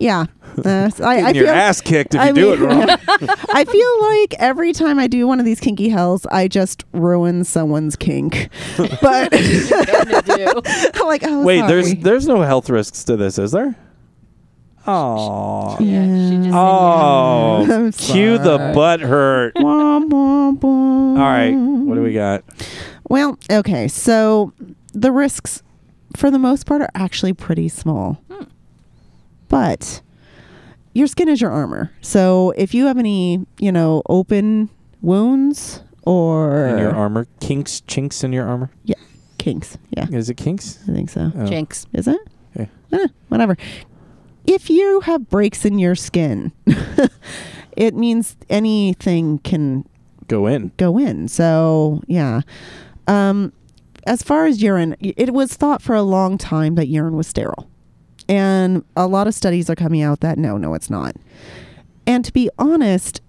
[SPEAKER 2] Yeah, uh, I, I
[SPEAKER 3] Getting your
[SPEAKER 2] feel-
[SPEAKER 3] ass kicked if
[SPEAKER 2] I
[SPEAKER 3] you do it
[SPEAKER 2] mean-
[SPEAKER 3] wrong.
[SPEAKER 2] [LAUGHS] I feel like every time I do one of these kinky hells, I just ruin
[SPEAKER 3] [LAUGHS]
[SPEAKER 2] someone's kink. But [LAUGHS]
[SPEAKER 4] Gonna do.
[SPEAKER 2] I'm like, oh,
[SPEAKER 3] Wait,
[SPEAKER 2] sorry.
[SPEAKER 3] there's there's no health risks to this, is there? Oh,
[SPEAKER 2] Yeah,
[SPEAKER 4] she
[SPEAKER 3] Oh,
[SPEAKER 2] mm-hmm. I'm
[SPEAKER 3] cue the
[SPEAKER 2] sorry. Mm-hmm.
[SPEAKER 3] butt hurt. All
[SPEAKER 2] Wah, wah, wah.
[SPEAKER 3] right, what do we got?
[SPEAKER 2] Well, okay. So the risks, for the most part, are actually pretty small. But your skin is your armor. So if you have any, you know, open wounds or
[SPEAKER 3] In your armor, kinks, chinks in your armor.
[SPEAKER 2] kinks, yeah,
[SPEAKER 3] Is it kinks?
[SPEAKER 2] I think so.
[SPEAKER 3] Oh.
[SPEAKER 4] Jinx.
[SPEAKER 2] Is it?
[SPEAKER 3] Yeah.
[SPEAKER 2] Eh, whatever. If you have breaks in your skin, [LAUGHS] it means anything can
[SPEAKER 3] Go in.
[SPEAKER 2] go in. So yeah. Um, as far as urine, y- it was thought for a long time that urine was sterile, and a lot of studies are coming out that no, no, it's not. And to be honest,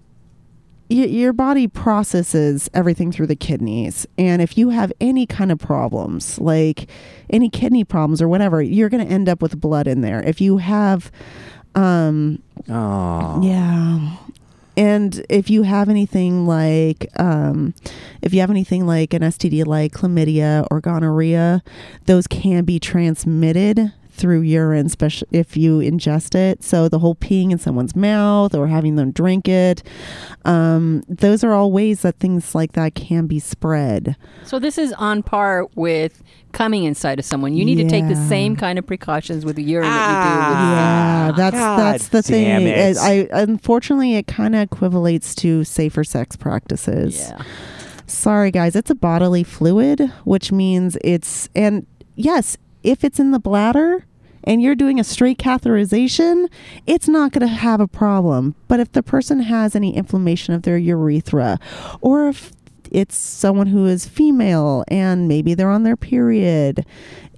[SPEAKER 2] y- your body processes everything through the kidneys, and if you have any kind of problems, like any kidney problems or whatever, you're going to end up with blood in there. If you have, um,
[SPEAKER 3] Oh,
[SPEAKER 2] yeah. And if you have anything like, um, if you have anything like an STD like chlamydia or gonorrhea, those can be transmitted through urine, especially if you ingest it. So the whole peeing in someone's mouth or having them drink it, um, those are all ways that things like that can be spread.
[SPEAKER 4] So this is on par with coming inside of someone. You need to take the
[SPEAKER 2] Yeah. Ah.
[SPEAKER 4] same kind of precautions with the urine that
[SPEAKER 2] Yeah, that's
[SPEAKER 3] Ah, God
[SPEAKER 2] that's the
[SPEAKER 3] damn
[SPEAKER 2] thing.
[SPEAKER 3] it.
[SPEAKER 2] I unfortunately it kind of equivalates to safer sex
[SPEAKER 4] you do
[SPEAKER 2] practices.
[SPEAKER 4] with yeah.
[SPEAKER 2] Sorry, guys, it's a bodily fluid, which means it's, and yes, if it's in the bladder and you're doing a straight catheterization, it's not going to have a problem. But if the person has any inflammation of their urethra, or if it's someone who is female and maybe they're on their period,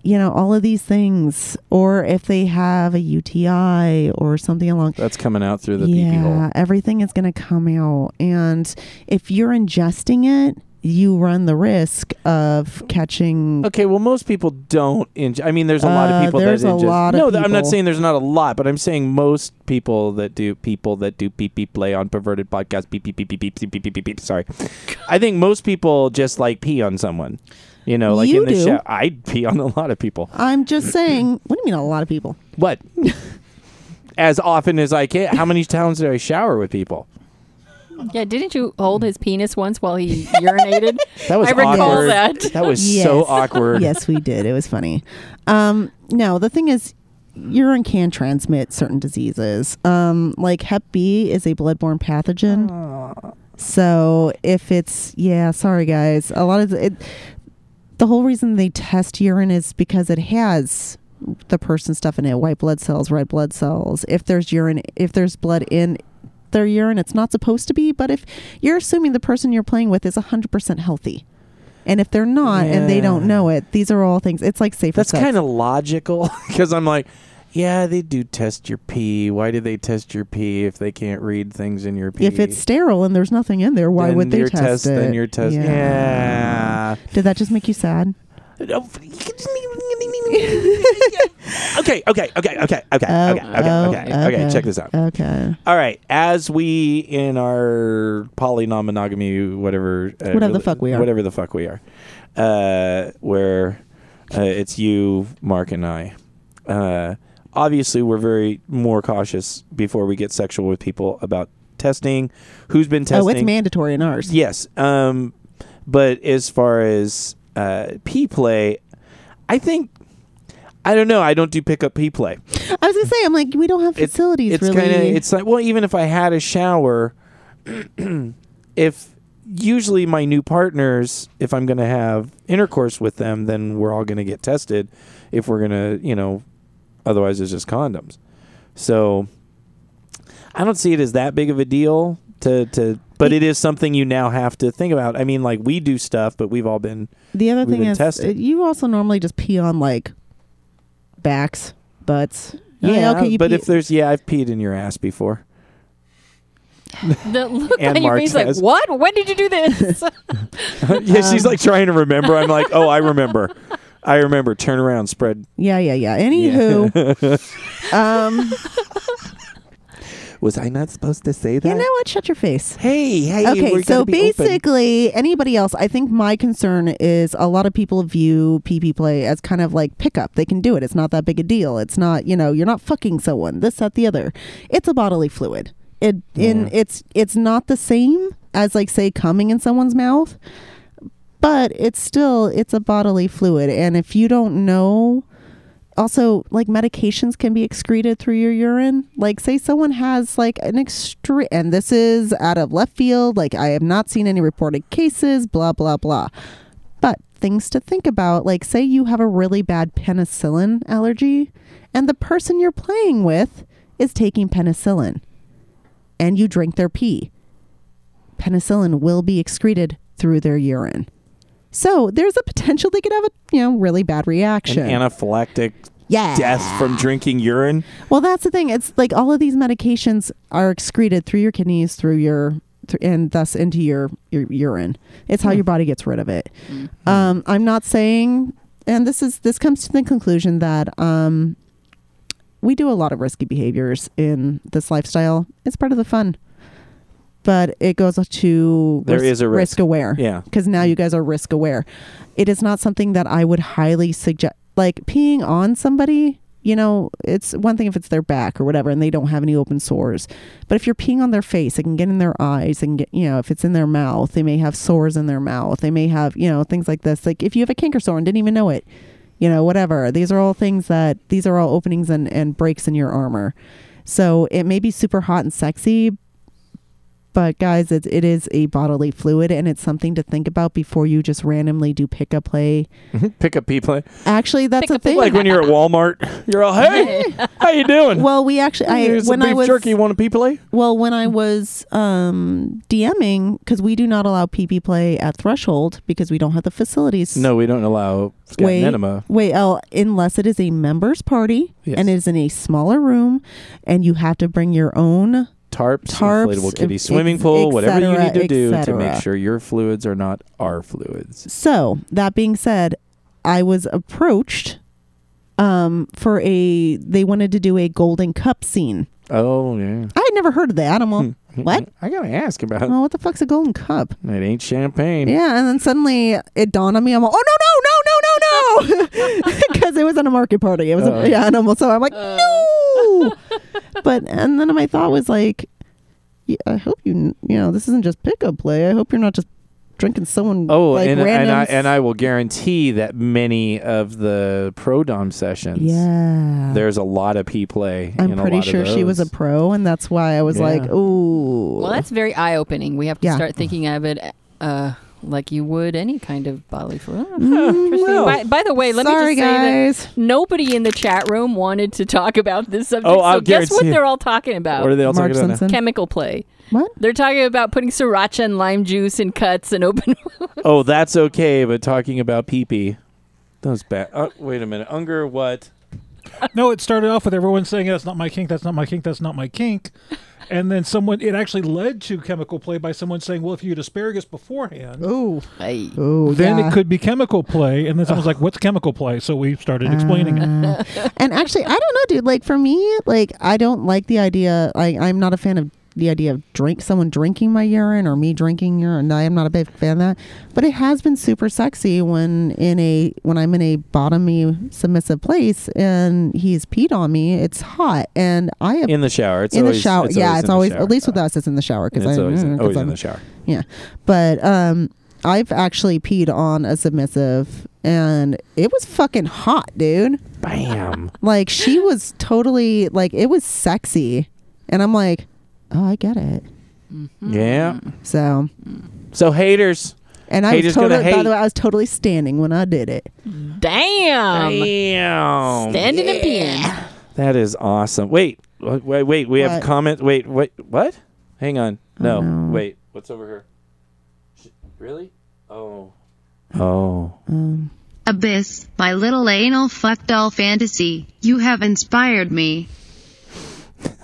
[SPEAKER 2] you know, all of these things, or if they have a UTI or something along
[SPEAKER 3] that's coming out through the
[SPEAKER 2] yeah,
[SPEAKER 3] BB hole.
[SPEAKER 2] everything is going to come out. And if you're ingesting it, you run the risk of catching.
[SPEAKER 3] Okay, well, most people don't. Ing- I mean, there's a lot of
[SPEAKER 2] Uh,
[SPEAKER 3] people
[SPEAKER 2] there's
[SPEAKER 3] that
[SPEAKER 2] a
[SPEAKER 3] ingest.
[SPEAKER 2] lot of
[SPEAKER 3] no, th- I'm not
[SPEAKER 2] people.
[SPEAKER 3] saying there's not a lot, but I'm saying most people that do people that do beep beep play on perverted podcasts beep beep beep beep beep beep beep beep. beep, beep sorry, I think most people just like pee on someone. You know, like
[SPEAKER 2] You
[SPEAKER 3] in the
[SPEAKER 2] do.
[SPEAKER 3] shower, I'd pee on a lot of people.
[SPEAKER 2] I'm just saying. What do you mean, a lot of people?
[SPEAKER 3] What? as often as I can. How many times do I shower with people?
[SPEAKER 4] Yeah, didn't you hold his penis once while he urinated?
[SPEAKER 3] That was
[SPEAKER 4] I recall
[SPEAKER 3] awkward.
[SPEAKER 4] that.
[SPEAKER 3] was
[SPEAKER 2] Yes.
[SPEAKER 3] so awkward.
[SPEAKER 2] yes, we did. It was funny. Um, no, the thing is, urine can transmit certain diseases. Um, like Hep B is a bloodborne pathogen. So if it's yeah, sorry guys, a lot of the, it, the whole reason they test urine is because it has the person stuff in it, white blood cells, red blood cells. If there's urine, if there's blood in their urine, it's not supposed to be. But if you're assuming the person you're playing with is 100% healthy, and if they're not and they don't
[SPEAKER 3] Yeah.
[SPEAKER 2] know it, these are all things. It's like safe.
[SPEAKER 3] That's kind of logical [LAUGHS] because I'm like, yeah, they do test your pee. Why do they test your pee if they can't read things in your pee?
[SPEAKER 2] if it's sterile and there's nothing in there, why
[SPEAKER 3] Then
[SPEAKER 2] would they
[SPEAKER 3] your
[SPEAKER 2] test,
[SPEAKER 3] test-
[SPEAKER 2] it?
[SPEAKER 3] then your test- yeah.
[SPEAKER 2] Did that just make you sad? [LAUGHS] Oh,
[SPEAKER 3] [LAUGHS] okay, okay, okay, okay, okay, okay,
[SPEAKER 2] Oh,
[SPEAKER 3] okay, okay,
[SPEAKER 2] oh,
[SPEAKER 3] okay, okay. Check this out.
[SPEAKER 2] Okay.
[SPEAKER 3] All right, as we in our poly non monogamy, whatever, uh,
[SPEAKER 2] Whatever the fuck we are.
[SPEAKER 3] whatever the fuck we are, uh, where uh, it's you, Mark, and I. Uh, obviously, we're very more cautious before we get sexual with people about testing, who's been testing.
[SPEAKER 2] Oh, it's mandatory in ours.
[SPEAKER 3] Yes. Um, but as far as uh, P play, I think I don't know. I don't do pickup P play.
[SPEAKER 2] I was gonna say, I'm like, we don't have
[SPEAKER 3] It's-
[SPEAKER 2] facilities
[SPEAKER 3] It's
[SPEAKER 2] really.
[SPEAKER 3] of it's like well, even if I had a shower, [CLEARS THROAT] if usually my new partners, if I'm going to have intercourse with them, then we're all going to get tested. If we're going to, you know, otherwise it's just condoms. So I don't see it as that big of a deal to to. But it is something you now have to think about. I mean, like we do stuff, but we've all been
[SPEAKER 2] the other
[SPEAKER 3] we've
[SPEAKER 2] thing
[SPEAKER 3] been
[SPEAKER 2] is,
[SPEAKER 3] tested.
[SPEAKER 2] uh, you also normally just pee on like backs, butts. Like, Oh, okay. You
[SPEAKER 3] Oh, but
[SPEAKER 2] pee-
[SPEAKER 3] if there's yeah, I've peed in your ass before.
[SPEAKER 4] The look
[SPEAKER 3] And
[SPEAKER 4] on your
[SPEAKER 3] Mark
[SPEAKER 4] face,
[SPEAKER 3] says-
[SPEAKER 4] like, what? When did you do this?
[SPEAKER 3] yeah, she's
[SPEAKER 2] Um,
[SPEAKER 3] like trying to remember. I'm like,
[SPEAKER 2] [LAUGHS]
[SPEAKER 3] oh, I remember. I remember. Turn around, spread. [LAUGHS]
[SPEAKER 2] yeah, yeah, yeah. Anywho, um,
[SPEAKER 3] Was I not supposed to say that?
[SPEAKER 2] You know what? Shut your face.
[SPEAKER 3] Hey, hey.
[SPEAKER 2] Okay,
[SPEAKER 3] we're
[SPEAKER 2] so
[SPEAKER 3] gonna be open.
[SPEAKER 2] basically, anybody else, I think my concern is a lot of people view PP play as kind of like pickup. They can do it. It's not that big a deal. It's not, you know, you're not fucking someone, this, that, the other. It's a bodily fluid. It in it's it's not the same as like say coming in someone's mouth, but it's still it's a bodily fluid. And if you don't know also like medications can be excreted through your urine like say someone has like an extreme and this is out of left field like i have not seen any reported cases blah blah blah but things to think about like say you have a really bad penicillin allergy and the person you're playing with is taking penicillin and you drink their pee penicillin will be excreted through their urine so there's a potential they could have a you know really bad
[SPEAKER 3] an
[SPEAKER 2] reaction
[SPEAKER 3] anaphylactic
[SPEAKER 2] yeah
[SPEAKER 3] death from drinking urine.
[SPEAKER 2] well, that's the thing. It's like all of these medications are excreted through your kidneys, through your, thr- and thus into your your urine. It's how
[SPEAKER 3] Hmm.
[SPEAKER 2] your body gets rid of it.
[SPEAKER 3] Mm-hmm.
[SPEAKER 2] Um, I'm not saying, and this is this comes to the conclusion that um, we do a lot of risky behaviors in this lifestyle. It's part of the fun, but it goes to
[SPEAKER 3] There
[SPEAKER 2] risk,
[SPEAKER 3] is a risk.
[SPEAKER 2] aware
[SPEAKER 3] Yeah.
[SPEAKER 2] because now you guys are risk aware. It is not something that I would highly suggest. Like peeing on somebody, you know, it's one thing if it's their back or whatever, and they don't have any open sores. But if you're peeing on their face, it can get in their eyes, and get you know, if it's in their mouth, they may have sores in their mouth. They may have you know things like this. Like if you have a canker sore and didn't even know it, you know, whatever. These are all things that these are all openings and and breaks in your armor. So it may be super hot and sexy, but guys, it, it is a bodily fluid and it's something to think about before you just randomly do pick a play.
[SPEAKER 3] Pick up pee play.
[SPEAKER 2] Actually, that's
[SPEAKER 4] Pick
[SPEAKER 2] a
[SPEAKER 4] a play.
[SPEAKER 2] thing.
[SPEAKER 3] Like when you're at Walmart, you're all,
[SPEAKER 2] [LAUGHS]
[SPEAKER 3] hey, how you doing?
[SPEAKER 2] well, we actually, I
[SPEAKER 3] Here's some
[SPEAKER 2] when I
[SPEAKER 3] beef
[SPEAKER 2] was
[SPEAKER 3] jerky. You want a pee play?
[SPEAKER 2] well when I was um, DMing because we do not allow PP play at Threshold because we don't have the facilities.
[SPEAKER 3] No, we don't allow
[SPEAKER 2] Wait,
[SPEAKER 3] scatinenema.
[SPEAKER 2] wait, oh, unless it is a members party
[SPEAKER 3] Yes.
[SPEAKER 2] and it is in a smaller room, and you have to bring your own
[SPEAKER 3] Tarps,
[SPEAKER 2] Tarps,
[SPEAKER 3] inflatable kitty
[SPEAKER 2] ex-
[SPEAKER 3] swimming
[SPEAKER 2] ex-
[SPEAKER 3] pool,
[SPEAKER 2] et
[SPEAKER 3] whatever you
[SPEAKER 2] cetera,
[SPEAKER 3] need to
[SPEAKER 2] et
[SPEAKER 3] do to
[SPEAKER 2] cetera.
[SPEAKER 3] make sure your fluids are not our fluids.
[SPEAKER 2] So that being said, I was approached um, for a. They wanted to do a golden cup scene.
[SPEAKER 3] Oh, yeah.
[SPEAKER 2] I had never heard of that. I'm all, what?
[SPEAKER 3] I got to ask about
[SPEAKER 2] Well, what the fuck's a golden cup?
[SPEAKER 3] it. ain't champagne.
[SPEAKER 2] Yeah, and then suddenly it dawned on me. I'm all, oh no no no no no [LAUGHS] no, because it was at a market party. It was
[SPEAKER 3] Oh.
[SPEAKER 2] a, yeah, and almost so I'm like no. but and then my thought was like, yeah, I hope you you know this isn't just pickup play. I hope you're not just drinking someone.
[SPEAKER 3] Oh,
[SPEAKER 2] like,
[SPEAKER 3] and, and
[SPEAKER 2] random
[SPEAKER 3] I and I will guarantee that many of the pro dom sessions,
[SPEAKER 2] yeah.
[SPEAKER 3] there's a lot of p play.
[SPEAKER 2] I'm
[SPEAKER 3] in a
[SPEAKER 2] pretty
[SPEAKER 3] lot of
[SPEAKER 2] sure she was a
[SPEAKER 3] those.
[SPEAKER 2] pro, and that's why I was
[SPEAKER 3] Yeah.
[SPEAKER 2] like, ooh.
[SPEAKER 4] Well, [LAUGHS] that's very eye opening. We have to
[SPEAKER 2] Yeah.
[SPEAKER 4] start thinking of it uh, like you would any kind of bodily fluid.
[SPEAKER 3] well.
[SPEAKER 4] by, by the way, let
[SPEAKER 2] Mm, Sorry,
[SPEAKER 4] me just say
[SPEAKER 2] guys.
[SPEAKER 4] that nobody in the chat room wanted to talk about this subject.
[SPEAKER 3] Oh,
[SPEAKER 4] so
[SPEAKER 3] I'll
[SPEAKER 4] guess what
[SPEAKER 3] guarantee it.
[SPEAKER 4] they're all talking about?
[SPEAKER 3] What are they all
[SPEAKER 2] Mark
[SPEAKER 3] talking about? now?
[SPEAKER 2] Simpson.
[SPEAKER 4] Chemical play.
[SPEAKER 2] What?
[SPEAKER 4] They're talking about putting sriracha and lime juice in cuts and open. [LAUGHS]
[SPEAKER 3] Oh, that's okay, but talking about pee pee, that was bad. Uh, wait a minute, Unger, what?
[SPEAKER 6] [LAUGHS] No, it started off with everyone saying that's not my kink, that's not my kink, that's not my kink. And then someone it actually led to chemical play by someone saying, Well, if you had asparagus beforehand
[SPEAKER 2] Ooh.
[SPEAKER 4] Ay.
[SPEAKER 2] Ooh,
[SPEAKER 6] then
[SPEAKER 2] yeah.
[SPEAKER 6] it could be chemical play. And then someone's like, What's chemical play? So we started explaining it.
[SPEAKER 2] Uh,
[SPEAKER 4] [LAUGHS]
[SPEAKER 2] and actually, I don't know, dude. Like, for me, like, I don't like the idea. I, I'm not a fan of the idea of drink someone drinking my urine or me drinking urine. I am not a big fan of that. But it has been super sexy when in a when I'm in a bottomy submissive place and he's peed on me. It's hot, and I have
[SPEAKER 3] In the shower. It's
[SPEAKER 2] in
[SPEAKER 3] always,
[SPEAKER 2] the shower.
[SPEAKER 3] It's
[SPEAKER 2] yeah,
[SPEAKER 3] always
[SPEAKER 2] it's
[SPEAKER 3] in the
[SPEAKER 2] always
[SPEAKER 3] shower.
[SPEAKER 2] at least with us, it's in the shower
[SPEAKER 3] It's
[SPEAKER 2] because I
[SPEAKER 3] always, in,
[SPEAKER 2] mm, 'cause
[SPEAKER 3] always in
[SPEAKER 2] I'm-
[SPEAKER 3] the shower.
[SPEAKER 2] Yeah, but um, I've actually peed on a submissive, and it was fucking hot, dude.
[SPEAKER 3] Bam. [GASPS]
[SPEAKER 2] Like she was totally like it was sexy, and I'm like, oh, I get it.
[SPEAKER 3] Yeah.
[SPEAKER 2] Mm. So,
[SPEAKER 3] So haters.
[SPEAKER 2] and I
[SPEAKER 3] Haters
[SPEAKER 2] was
[SPEAKER 3] gonna
[SPEAKER 2] totally. By
[SPEAKER 3] hate.
[SPEAKER 2] the way, I was totally standing when I did it. Um,
[SPEAKER 4] Damn.
[SPEAKER 3] Damn.
[SPEAKER 4] Standing and peeing.
[SPEAKER 3] That is awesome. Wait, wh- wait, wait. We have
[SPEAKER 2] What? Oh,
[SPEAKER 3] comment. Wait, wait, what? Hang on. No,
[SPEAKER 2] no.
[SPEAKER 3] wait. What's over here? Sh- Really? Oh. Oh.
[SPEAKER 8] Abyss, my little anal fuck doll fantasy, you have inspired me.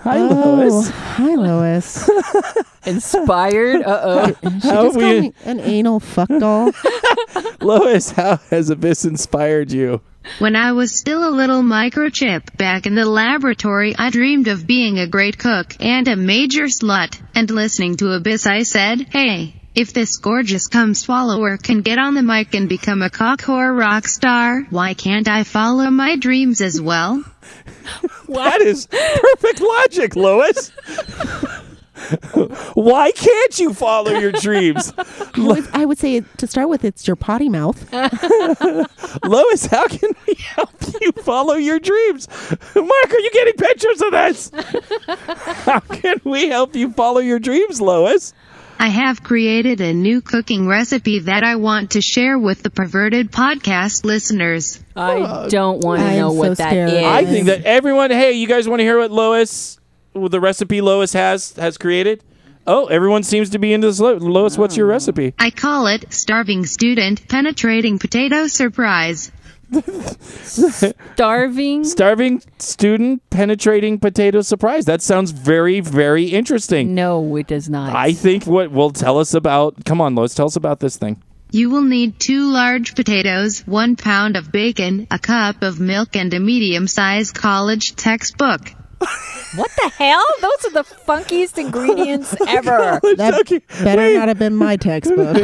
[SPEAKER 3] Hi,
[SPEAKER 2] Oh,
[SPEAKER 3] Lois.
[SPEAKER 2] hi, Lois.
[SPEAKER 3] [LAUGHS]
[SPEAKER 4] Inspired.
[SPEAKER 2] [LAUGHS]
[SPEAKER 4] Uh oh.
[SPEAKER 2] She
[SPEAKER 3] How
[SPEAKER 2] just
[SPEAKER 3] we-
[SPEAKER 2] called me an anal fuck doll. [LAUGHS]
[SPEAKER 3] Lois, how has Abyss inspired you?
[SPEAKER 8] When I was still a little microchip back in the laboratory, I dreamed of being a great cook and a major slut. And listening to Abyss, I said, hey, if this gorgeous cum swallower can get on the mic and become a cock whore rock star, why can't I follow my dreams as well?
[SPEAKER 3] That is perfect logic, Lois. [LAUGHS] Why can't you follow your dreams?
[SPEAKER 2] I would, I would say to start with, it's your potty mouth.
[SPEAKER 3] Lois, how can we help you follow your dreams? Mark, are you getting pictures of this? How can we help you follow your dreams, Lois?
[SPEAKER 8] I have created a new cooking recipe that I want to share with the perverted podcast listeners.
[SPEAKER 4] I don't want
[SPEAKER 2] I
[SPEAKER 4] to
[SPEAKER 2] am
[SPEAKER 4] know
[SPEAKER 2] so
[SPEAKER 4] what that
[SPEAKER 2] scared.
[SPEAKER 4] is.
[SPEAKER 3] I think that everyone, hey, you guys want to hear what Lois, what the recipe Lois has has created? Oh, everyone seems to be into this. Lo- Lois, what's your recipe?
[SPEAKER 8] I call it Starving Student Penetrating Potato Surprise.
[SPEAKER 4] starving.
[SPEAKER 3] Starving student penetrating potato surprise. That sounds very, very interesting.
[SPEAKER 4] no, it does not.
[SPEAKER 3] I think what will tell us about. Come on, Lois, tell us about this thing.
[SPEAKER 8] You will need two large potatoes, one pound of bacon, a cup of milk, and a medium sized college textbook.
[SPEAKER 9] What the hell? Those are the funkiest
[SPEAKER 3] [LAUGHS]
[SPEAKER 9] ingredients
[SPEAKER 3] Oh
[SPEAKER 9] ever.
[SPEAKER 2] That better not have been my textbook.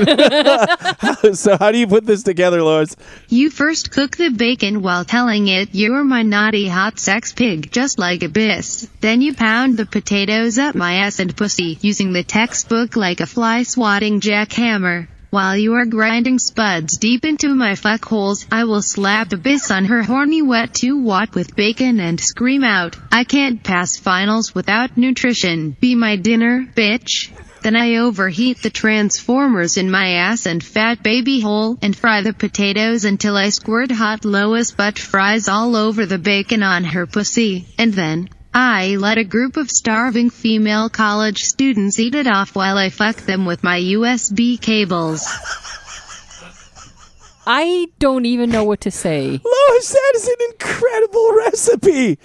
[SPEAKER 3] so, how do you put this together, Lois?
[SPEAKER 8] You first cook the bacon while telling it you're my naughty hot sex pig, just like Abyss. Then you pound the potatoes up my ass and pussy using the textbook like a fly swatting jackhammer. While you are grinding spuds deep into my fuck holes, I will slap Abyss on her horny wet 2 watt with bacon and scream out, I can't pass finals without nutrition. Be my dinner, bitch. Then I overheat the transformers in my ass and fat baby hole and fry the potatoes until I squirt hot Lois butt fries all over the bacon on her pussy. And then, I let a group of starving female college students eat it off while I fuck them with my USB cables.
[SPEAKER 4] I don't even know what to say.
[SPEAKER 3] Lois, that is an incredible recipe.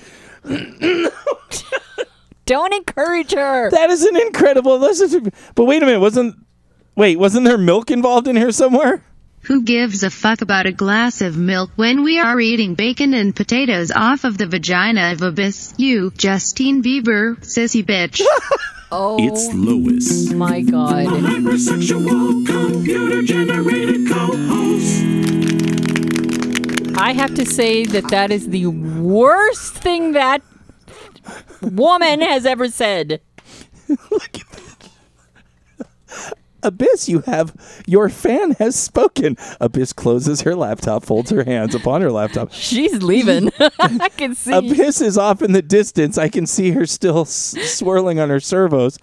[SPEAKER 9] Don't encourage her.
[SPEAKER 3] That is an incredible recipe. But wait a minute, wasn't wait, wasn't there milk involved in here somewhere?
[SPEAKER 8] Who gives a fuck about a glass of milk when we are eating bacon and potatoes off of the vagina of Abyss? You, Justine Bieber, sissy bitch.
[SPEAKER 4] Oh
[SPEAKER 5] It's Lois.
[SPEAKER 4] my god.
[SPEAKER 5] Hypersexual computer generated co host.
[SPEAKER 4] I have to say that that is the
[SPEAKER 9] Worst thing that woman has ever said.
[SPEAKER 3] Abyss, you have your fan has spoken. Abyss closes her laptop, folds her hands upon her laptop.
[SPEAKER 4] She's leaving. [LAUGHS] I
[SPEAKER 3] [LAUGHS]
[SPEAKER 4] can see.
[SPEAKER 3] Abyss is off in the distance. I can see her still s- swirling on her servos.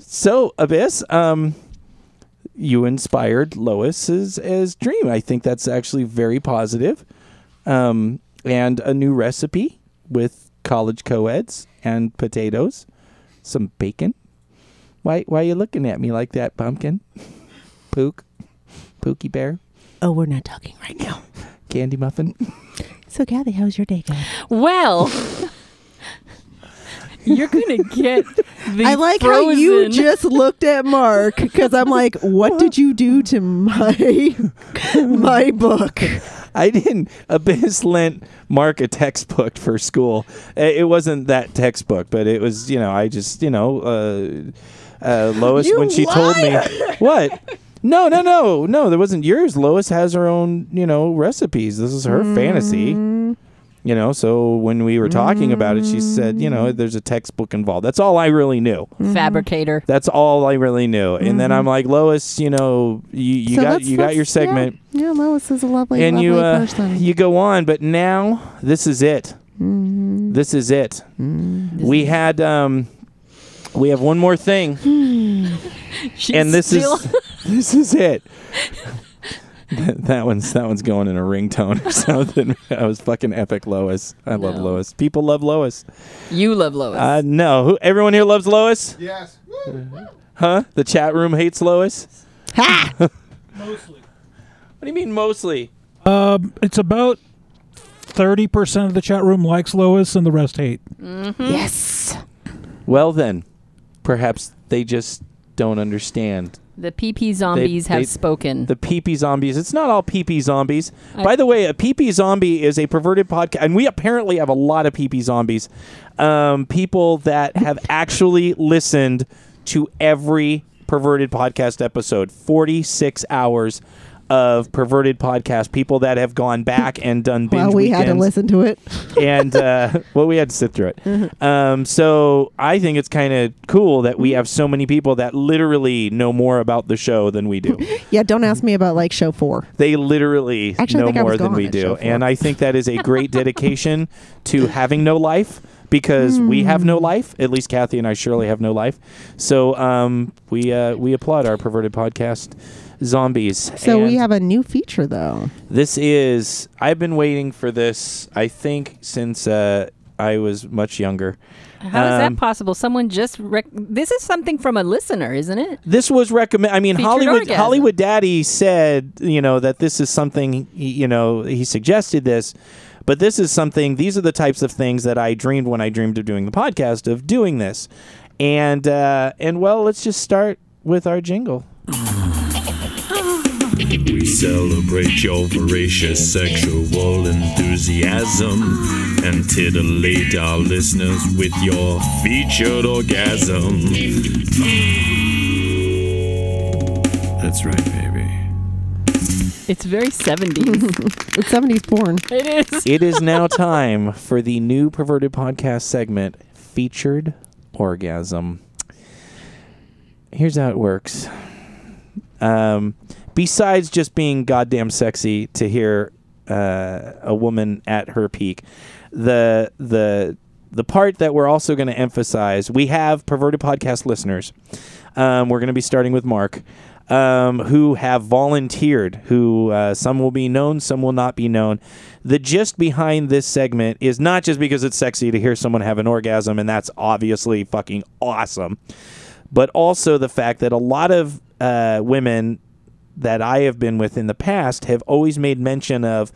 [SPEAKER 3] So, Abyss, um, you inspired Lois's as dream. I think that's actually very positive. Um, and a new recipe with college co-eds and potatoes, some bacon. Why, why are you looking at me like that, pumpkin? [LAUGHS] Pook, Pookie Bear,
[SPEAKER 2] oh, we're not talking right now.
[SPEAKER 3] Candy Muffin.
[SPEAKER 2] So, Kathy, how's your day going?
[SPEAKER 4] Well, you're gonna get. The
[SPEAKER 2] I like how you
[SPEAKER 4] frozen-
[SPEAKER 2] just looked at Mark because I'm like, what did you do to my [LAUGHS] my book?
[SPEAKER 3] I didn't. [LAUGHS] Abyss lent Mark a textbook for school. Uh, It wasn't that textbook, but it was, you know, I just, you know, uh, uh, Lois,
[SPEAKER 2] You
[SPEAKER 3] when she told me. [LAUGHS] What? No, no, no, no, that wasn't yours. Lois has her own, you know, recipes. This is her fantasy.
[SPEAKER 2] Mm.
[SPEAKER 3] You know, so when we were talking about it, she said, you know, there's a textbook involved. That's all I really knew.
[SPEAKER 4] [LAUGHS] fabricator.
[SPEAKER 3] That's all I really knew. And then I'm like, Lois, you know, you, you
[SPEAKER 2] Mm-hmm. So
[SPEAKER 3] got
[SPEAKER 2] that's-
[SPEAKER 3] you got your
[SPEAKER 2] that's- yeah.
[SPEAKER 3] segment
[SPEAKER 2] Yeah, Lois is a lovely,
[SPEAKER 3] and
[SPEAKER 2] lovely
[SPEAKER 3] you uh,
[SPEAKER 2] person.
[SPEAKER 3] you go on but now this is it
[SPEAKER 2] Mm-hmm.
[SPEAKER 3] this is it we had um we have one more
[SPEAKER 2] [LAUGHS]
[SPEAKER 3] thing
[SPEAKER 4] She's
[SPEAKER 3] and this [LAUGHS]
[SPEAKER 4] still-
[SPEAKER 3] is this is it that that one's that one's going in a ringtone or [LAUGHS] something i was fucking epic lois i love
[SPEAKER 4] No.
[SPEAKER 3] lois people love lois
[SPEAKER 4] you love Lois.
[SPEAKER 3] uh no Who, everyone here loves lois
[SPEAKER 1] Yes.
[SPEAKER 3] huh the chat room hates lois [LAUGHS]
[SPEAKER 2] Ha!
[SPEAKER 3] what do you mean mostly
[SPEAKER 6] Um, it's about thirty percent of the chat room likes Lois, and the rest hate.
[SPEAKER 2] Yes.
[SPEAKER 3] Well, then, perhaps they just don't understand
[SPEAKER 4] The PP zombies have
[SPEAKER 3] they-
[SPEAKER 4] spoken.
[SPEAKER 3] The peepee zombies. It's not all peepee zombies.
[SPEAKER 4] I-
[SPEAKER 3] By the way, a peepee zombie is a perverted podcast, and we apparently have a lot of peepee zombies. Um, people that have [LAUGHS] actually listened to every perverted podcast episode, forty-six hours of perverted podcast. People that have gone back and done binge.
[SPEAKER 2] Well, we had to
[SPEAKER 3] weekends
[SPEAKER 2] listen to it.
[SPEAKER 3] and uh, [LAUGHS] well, we had to sit through
[SPEAKER 2] Mm-hmm.
[SPEAKER 3] it. Um, so I think it's kind of cool that we have so many people that literally know more about the show than we
[SPEAKER 2] [LAUGHS]
[SPEAKER 3] do.
[SPEAKER 2] yeah, don't ask me about like show four.
[SPEAKER 3] They literally
[SPEAKER 2] Actually, I
[SPEAKER 3] know
[SPEAKER 2] think I
[SPEAKER 3] more
[SPEAKER 2] was
[SPEAKER 3] than
[SPEAKER 2] gone
[SPEAKER 3] we
[SPEAKER 2] at show
[SPEAKER 3] do,
[SPEAKER 2] four.
[SPEAKER 3] and I think that is a
[SPEAKER 2] [LAUGHS]
[SPEAKER 3] great dedication to having no life because we have
[SPEAKER 2] Hmm.
[SPEAKER 3] no life. At least Kathy and I surely have no life. So um, we uh, we applaud our perverted podcast zombies.
[SPEAKER 2] So we
[SPEAKER 3] And-
[SPEAKER 2] have a new feature though.
[SPEAKER 3] this is. I've been waiting for this. I think since uh, I was much younger.
[SPEAKER 4] How is
[SPEAKER 3] Um,
[SPEAKER 4] that possible? Someone just rec- this is something from a listener, isn't it?
[SPEAKER 3] This was recommend. I mean,
[SPEAKER 4] Featured
[SPEAKER 3] Hollywood
[SPEAKER 4] orgasm.
[SPEAKER 3] Hollywood Daddy said, you know, that this is something. he- You know, he suggested this, but this is something. These are the types of things that I dreamed when I dreamed of doing the podcast of doing this, and uh, and well, let's just start with our jingle.
[SPEAKER 5] We celebrate your voracious sexual enthusiasm and titillate our listeners with your featured orgasm. That's right, baby.
[SPEAKER 4] It's very seventies.
[SPEAKER 2] It's seventies porn.
[SPEAKER 4] it is.
[SPEAKER 3] It is now time for the new perverted podcast segment, featured orgasm. Here's how it works. Um, besides just being goddamn sexy to hear uh, a woman at her peak, the the the part that we're also going to emphasize, we have perverted podcast listeners. Um, we're going to be starting with Mark, um, who have volunteered, who uh, some will be known, some will not be known. The gist behind this segment is not just because it's sexy to hear someone have an orgasm, and that's obviously fucking awesome, but also the fact that a lot of uh, women that I have been with in the past have always made mention of,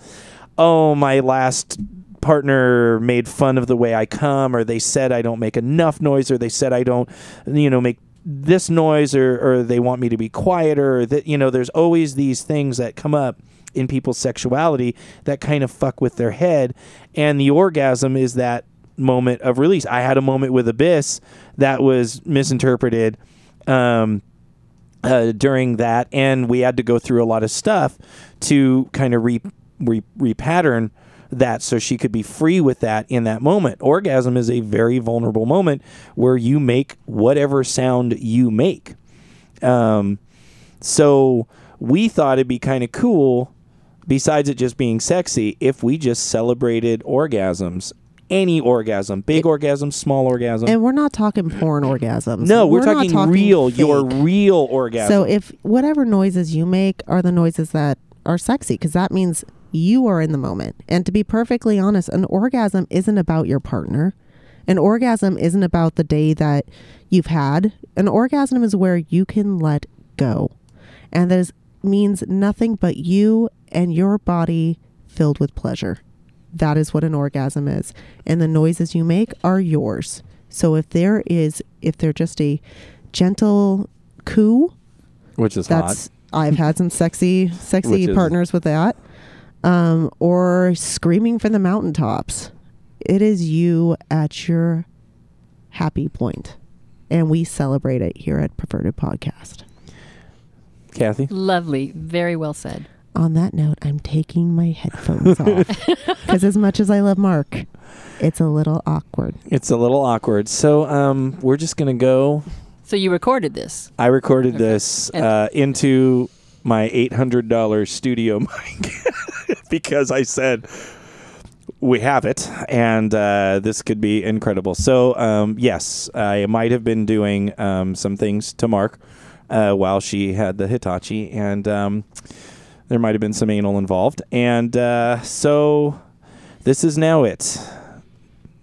[SPEAKER 3] oh, my last partner made fun of the way I come, or they said I don't make enough noise, or they said I don't, you know, make this noise, or, or they want me to be quieter, or that, you know, there's always these things that come up in people's sexuality that kind of fuck with their head. And the orgasm is that moment of release. I had a moment with Abyss that was misinterpreted. Um, uh, during that, and we had to go through a lot of stuff to kind of re, re repattern that so she could be free with that in that moment. Orgasm is a very vulnerable moment where you make whatever sound you make. Um, so we thought it'd be kind of cool, besides it just being sexy, if we just celebrated orgasms. Any orgasm, big orgasm, small orgasm.
[SPEAKER 2] And we're not talking porn orgasms.
[SPEAKER 3] no, we're,
[SPEAKER 2] not
[SPEAKER 3] talking, real, your
[SPEAKER 2] fake.
[SPEAKER 3] real orgasm.
[SPEAKER 2] So if whatever noises you make are the noises that are sexy, because that means you are in the moment. And to be perfectly honest, an orgasm isn't about your partner. An orgasm isn't about the day that you've had. An orgasm is where you can let go. And that is, means nothing but you and your body filled with pleasure. That is what an orgasm is. And the noises you make are yours. So if there is, if they're just a gentle coo,
[SPEAKER 3] which is
[SPEAKER 2] that's I've had some sexy,
[SPEAKER 3] Which
[SPEAKER 2] sexy
[SPEAKER 3] is-
[SPEAKER 2] partners with that, um, or screaming from the mountaintops. It is you at your happy point, and we celebrate it here at Perverted Podcast.
[SPEAKER 3] Kathy.
[SPEAKER 4] [LAUGHS] Lovely. Very well said.
[SPEAKER 2] On that note, I'm taking my headphones
[SPEAKER 3] [LAUGHS]
[SPEAKER 2] off because as much as I love Mark, it's a little awkward.
[SPEAKER 3] It's a little awkward. So um, we're just going to go.
[SPEAKER 4] So you recorded this.
[SPEAKER 3] I recorded this
[SPEAKER 4] And-
[SPEAKER 3] uh, into my $800 studio [LAUGHS] mic because I said we have it and uh, this could be incredible. So, um, yes, I might have been doing um, some things to Mark uh, while she had the Hitachi, and um, there might have been some anal involved. And uh, so this is now it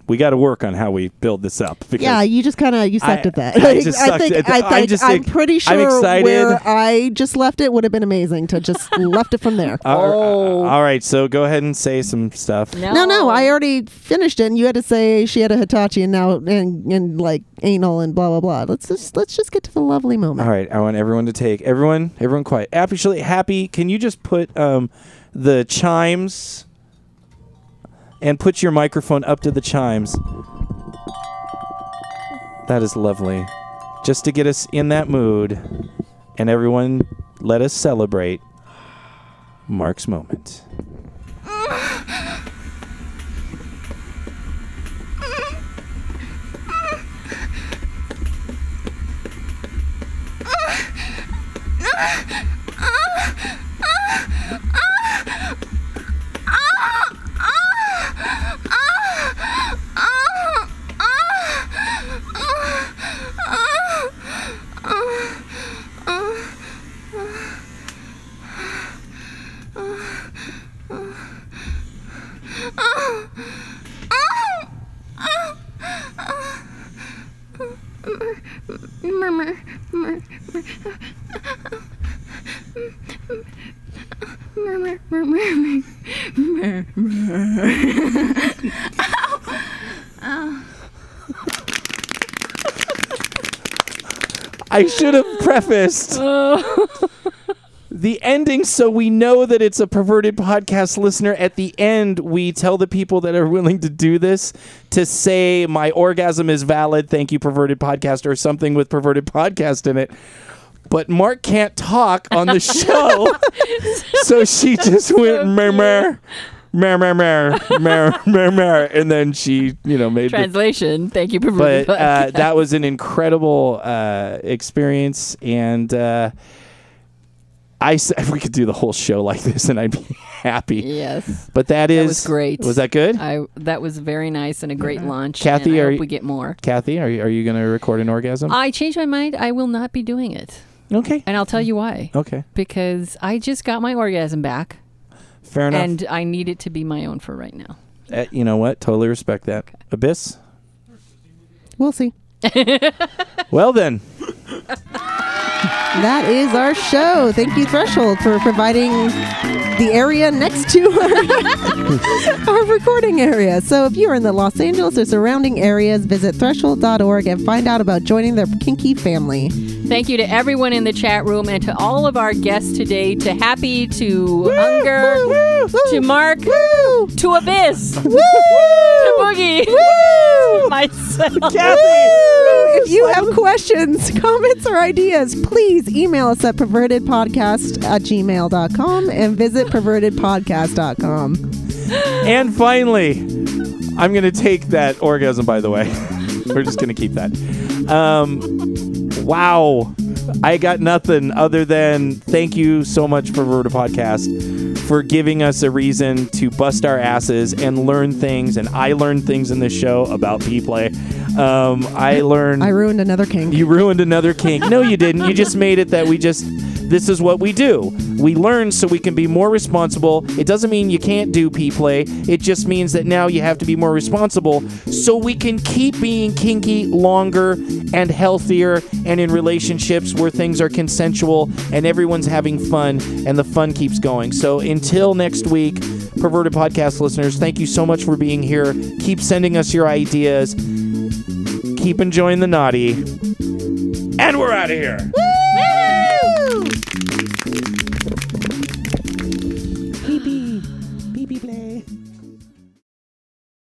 [SPEAKER 3] We got to work on how we build this up. Because
[SPEAKER 2] Yeah, you just kind of you
[SPEAKER 3] I-
[SPEAKER 2] sucked at
[SPEAKER 3] [LAUGHS]
[SPEAKER 2] that.
[SPEAKER 3] I just sucked
[SPEAKER 2] think,
[SPEAKER 3] at
[SPEAKER 2] I
[SPEAKER 3] that.
[SPEAKER 2] think
[SPEAKER 3] I'm just
[SPEAKER 2] I'm
[SPEAKER 3] like-
[SPEAKER 2] pretty
[SPEAKER 3] I'm
[SPEAKER 2] sure
[SPEAKER 3] excited.
[SPEAKER 2] where I just left it would have been amazing
[SPEAKER 3] [LAUGHS]
[SPEAKER 2] to just left it from there.
[SPEAKER 3] All- uh, all right, so go ahead and say some stuff.
[SPEAKER 2] No, no, I already finished it. And you had to say she had a Hitachi and now and, and like anal and blah blah blah. Let's just let's just get to the lovely moment.
[SPEAKER 3] All right, I want everyone to take everyone, everyone quiet. Actually, happy. Can you just put um, the chimes and put your microphone up to the chimes? That is lovely, just to get us in that mood, and everyone, let us celebrate Mark's moment.
[SPEAKER 10] Murmur, murmur, murmur, murmur, murmur, murmur,
[SPEAKER 3] I should have prefaced the ending so we know that it's a perverted podcast listener. At the end, we tell the people that are willing to do this to say, My orgasm is valid. Thank you, perverted podcast, or something with perverted podcast in it. But Mark can't talk on the show. so she just went, murmur, murmur, murmur, murmur, murmur. And then she, you know, made the
[SPEAKER 4] [LAUGHS] Translation. Thank you,
[SPEAKER 3] but
[SPEAKER 4] Perverted
[SPEAKER 3] uh,
[SPEAKER 4] Podcast.
[SPEAKER 3] that was an incredible uh, experience and uh, i s- [LAUGHS] if we could do the whole show like this and i'd be [LAUGHS] happy
[SPEAKER 4] [LAUGHS] yes,
[SPEAKER 3] but that is
[SPEAKER 4] that was great.
[SPEAKER 3] was that good
[SPEAKER 4] I that was very nice and a great launch.
[SPEAKER 3] Kathy,
[SPEAKER 4] and I
[SPEAKER 3] are
[SPEAKER 4] hope
[SPEAKER 3] you-
[SPEAKER 4] we get more.
[SPEAKER 3] kathy are you, are you gonna record an orgasm
[SPEAKER 4] I changed my mind. I will not be doing it,
[SPEAKER 3] okay
[SPEAKER 4] and I'll tell you why.
[SPEAKER 3] okay
[SPEAKER 4] Because I just got my orgasm back,
[SPEAKER 3] fair enough
[SPEAKER 4] and I need it to be my own for right now.
[SPEAKER 3] Uh, you know what totally respect that abyss
[SPEAKER 2] We'll see.
[SPEAKER 3] well then
[SPEAKER 2] That is our show. Thank you, Threshold, for providing the area next to [LAUGHS] our, our recording area. So if you're in the Los Angeles or surrounding areas, visit threshold.org and find out about joining the kinky family.
[SPEAKER 4] Thank you to everyone in the chat room and to all of our guests today. To Happy, to Hunger,
[SPEAKER 2] woo, woo,
[SPEAKER 4] to Mark,
[SPEAKER 2] Woo!
[SPEAKER 4] [LAUGHS] to Abyss,
[SPEAKER 2] Woo!
[SPEAKER 4] to Boogie, [LAUGHS]
[SPEAKER 2] Woo!
[SPEAKER 4] to myself.
[SPEAKER 2] Woo! If you have questions, [LAUGHS] comments, or ideas, please email us at pervertedpodcast at gmail.com and visit pervertedpodcast.com.
[SPEAKER 3] and finally i'm gonna take that orgasm by the way [LAUGHS] we're just gonna keep that um, wow i got nothing other than thank you so much for verta podcast for giving us a reason to bust our asses and learn things and i learned things in this show about p-play um, i learned
[SPEAKER 2] I ruined another king.
[SPEAKER 3] you ruined another kink. No, you didn't. You just made it that we just. This is what we do. We learn so we can be more responsible. It doesn't mean you can't do P play. It just means that now you have to be more responsible so we can keep being kinky longer and healthier and in relationships where things are consensual and everyone's having fun and the fun keeps going. So until next week, perverted podcast listeners, thank you so much for being here. Keep sending us your ideas. Keep enjoying the naughty. And we're out of here.